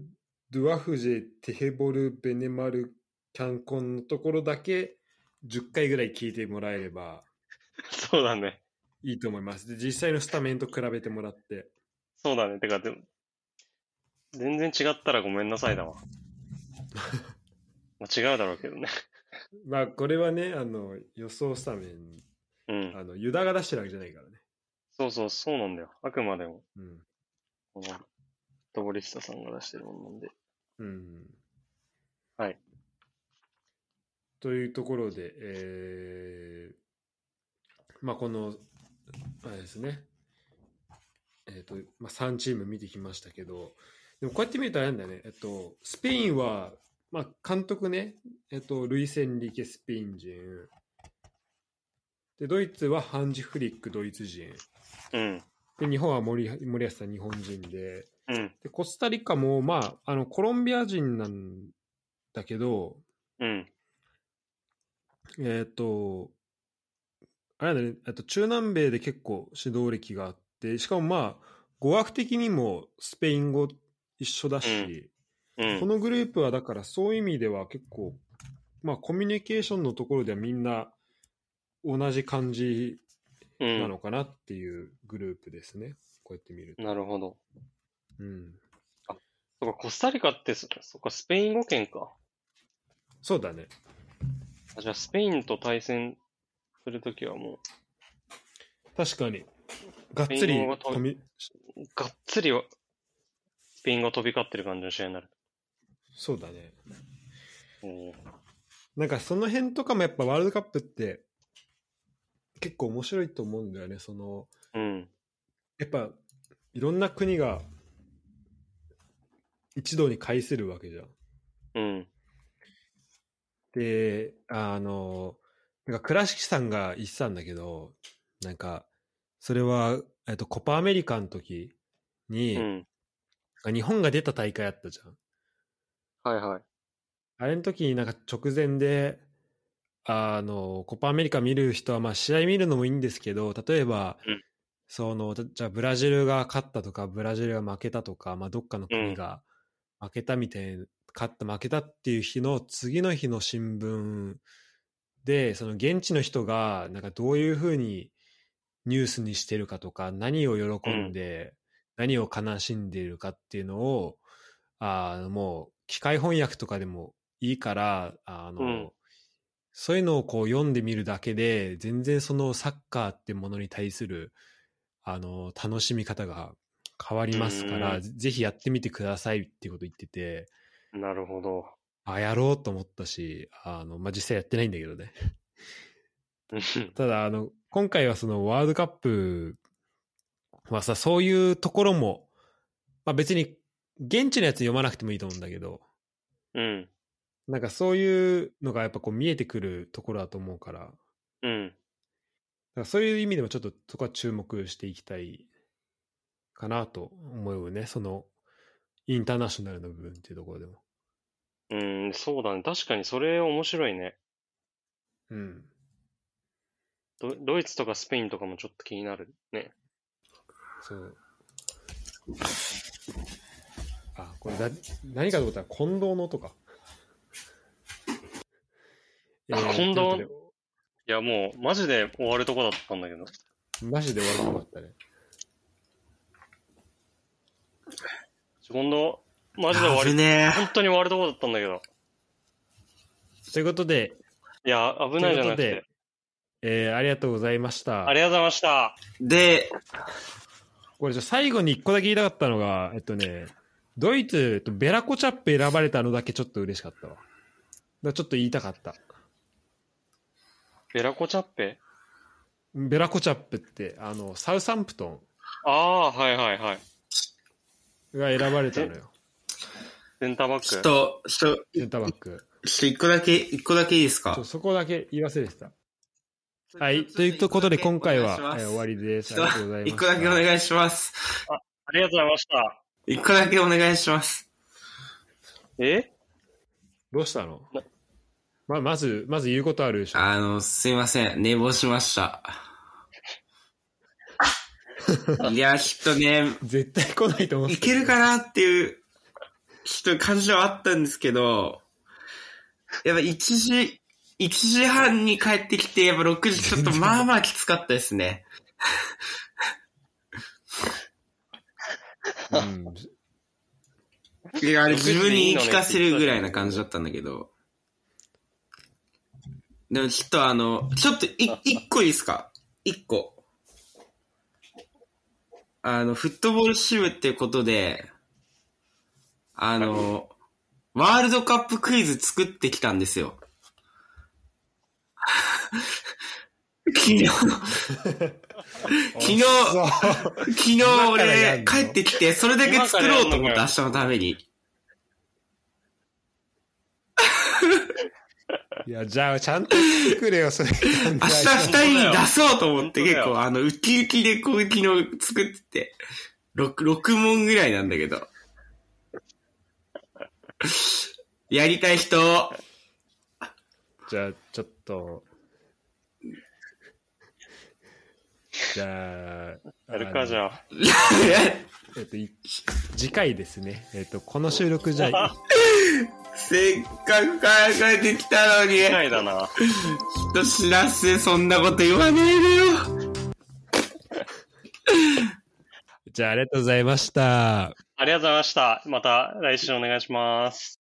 S1: ドゥアフジェ・テヘボル・ベネマル・キャンコンのところだけ10回ぐらい聞いてもらえれば
S2: ー、 そうだね。
S1: いいと思いますで実際のスタメンと比べてもらって
S2: そうだね。てか、でも、全然違ったらごめんなさい だわ。まあ違うだろうけどね。
S1: まあこれはねあの予想スタメン
S2: うん。
S1: あのユダが出してるわけじゃないからね
S2: そうそう、そうなんだよ。あくまでも、
S1: うん
S2: この、フットボリスタさんが出してるもんなんで。
S1: うん
S2: はい。
S1: というところで、えーまあこの、あれですね、えっ、と、まあ3チーム見てきましたけど、でもこうやって見るとあれなんだよね、えっと、スペインは、まあ監督ね、えっと、ルイセンリケ・スペイン人、で、ドイツはハンジ・フリック、ドイツ人、
S2: うん。
S1: で、日本は森森保さん、日本人で、
S2: うん。
S1: で、コスタリカも、まあ、あの、コロンビア人なんだけど、
S2: うん。
S1: えっ、と、あれだね、えっと、中南米で結構指導歴があって、しかもまあ、語学的にもスペイン語一緒だし、
S2: うん。
S1: このグループはだからそういう意味では結構、まあ、コミュニケーションのところではみんな同じ感じ
S2: うん
S1: なのかなっていうグループですね。こうやって見ると。
S2: なるほど。
S1: うん。
S2: そっか、コスタリカってそ、そっか、スペイン語圏か。
S1: そうだね。
S2: あじゃあ、スペインと対戦するときはも
S1: 確かに。がっつり
S2: スペイン語が飛
S1: 飛び、
S2: う、がっつりは、スペインが飛び交ってる感じの試合になる。
S1: そうだね。
S2: おー
S1: なんかその辺とかもやっぱワールドカップって結構面白いと思うんだよね。その、
S2: うん。
S1: やっぱいろんな国が一堂に会するわけじゃん。
S2: うん。
S1: で、あの、なんか倉敷さんが言ってたんだけど、なんか、それは、えっと、コパアメリカの時
S2: う
S1: に、
S2: ん。
S1: 日本が出た大会あったじゃん。
S2: はいはい。
S1: あれの時になんか直前で、あの、コパアメリカ見る人は、まあ試合見るのもいいんですけど、例えば、
S2: うん
S1: その、じゃじゃあブラジルが勝ったとか、ブラジルが負けたとか、まあどっかの国が負けたみたいな、勝った負けたっていう日の次の日の新聞で、その現地の人が、なんかどういうふうにニュースにしてるかとか、何を喜んで、何を悲しんでいるかっていうのを、あのもう機械翻訳とかでもいいからあの、
S2: うん
S1: そういうのをこう読んでみるだけで全然そのサッカーってものに対するあの楽しみ方が変わりますから、
S2: うん
S1: ぜぜひやってみてくださいっていうこと言ってて
S2: なるほど。
S1: あやろうと思ったしあの、まあ、実際やってないんだけどねただあの今回はそのワールドカップはさそういうところも、まあ、別に現地のやつ読まなくてもいいと思うんだけど
S2: うん。
S1: なんかそういうのがやっぱこう見えてくるところだと思うからだか
S2: うん。
S1: らそういう意味でもちょっとそこは注目していきたいかなと思うねそのインターナショナルの部分っていうところでも。
S2: うん、そうだね。確かにそれ面白いね。
S1: うん、
S2: ドドイツとかスペインとかもちょっと気になるね。
S1: そうあこれだ何かと思ったら近藤のとか。
S2: あ近藤
S1: というこ
S2: いや、もう、マジで終わるとこだったんだけど。
S1: とでマジで悪かったね。
S2: 今度、マジで終わり、
S3: ね
S2: 本当に終わるとこだったんだけど。
S1: ということで、
S2: いや、危ないじゃなく
S1: という
S2: て
S1: こ。えーありがとうございました。
S2: ありがとうございました。
S3: で、
S1: これじゃあ最後に一個だけ言いたかったのが、えっとね、ドイツとベラコチャップ選ばれたのだけちょっと嬉しかったわ。だからちょっと言いたかった。
S2: ベラコチャッペ
S1: ベラコチャップって、あの、サウサンプト
S2: ああー、はいはいはい。
S1: ンが選ばれたのよ。
S2: センターバ
S3: ちょ
S2: ック。
S3: っと、ちょっと、
S1: センターバック。
S3: ちょっと一個だけ、一個だけいいです
S1: ちょ
S3: か
S1: そこだけ言い忘れてた。はい。ということで今回は、えー終わりです。あ
S3: ち
S1: り
S3: ょっ
S1: がとうござい
S3: と、
S1: ます。
S3: 一個だけお願いします。
S2: ありがとうございました。
S3: 一個だけお願いします。
S2: え
S1: どうしたの
S2: な
S1: ま、まず、まず言うことあるでしょ。
S3: あの、すいません。寝坊しました。 いや、きっとね、
S1: 絶対来ないと思って
S3: いけるかなっていう、ちょっと感じはあったんですけど、やっぱ1時、1時半に帰ってきて、やっぱ6時、ちょっとまあまあきつかったですね。
S1: うん。
S3: いや、あれ
S2: 6時
S3: 自分に言い聞かせるぐらいな感じだったんだけど。でもちょっとあの、ちょっとい、一個いいですか一個。あの、フットボール支部っていうことで、あの、ワールドカップクイズ作ってきたんですよ。 昨日、昨日
S1: そう
S3: 昨日
S1: 今からやん
S3: 俺
S1: の
S3: 帰ってきて、それだけ作ろうと思って明日のために。
S1: いや、じゃあ、ちゃんと聞いてくれよ、それ。
S3: 明日二人に出そうと思っ
S2: 本当
S3: て
S2: だ
S3: 結
S2: よ
S3: 構あの、ウキウキでこう昨日作ってて、6、六問ぐらいなんだけど。やりたい人、
S1: じゃあ、ちょっと。じゃあ、
S2: やるか、じゃあ。
S1: えっと、い次回ですね。えっと、この収録 じゃ、
S3: せっかく考えてきたのに、
S2: 機会だな。
S3: 人知らずそんなこと言わねえでよ。
S1: じゃあ、ありがとうございました。
S2: ありがとうございました。また来週お願いします。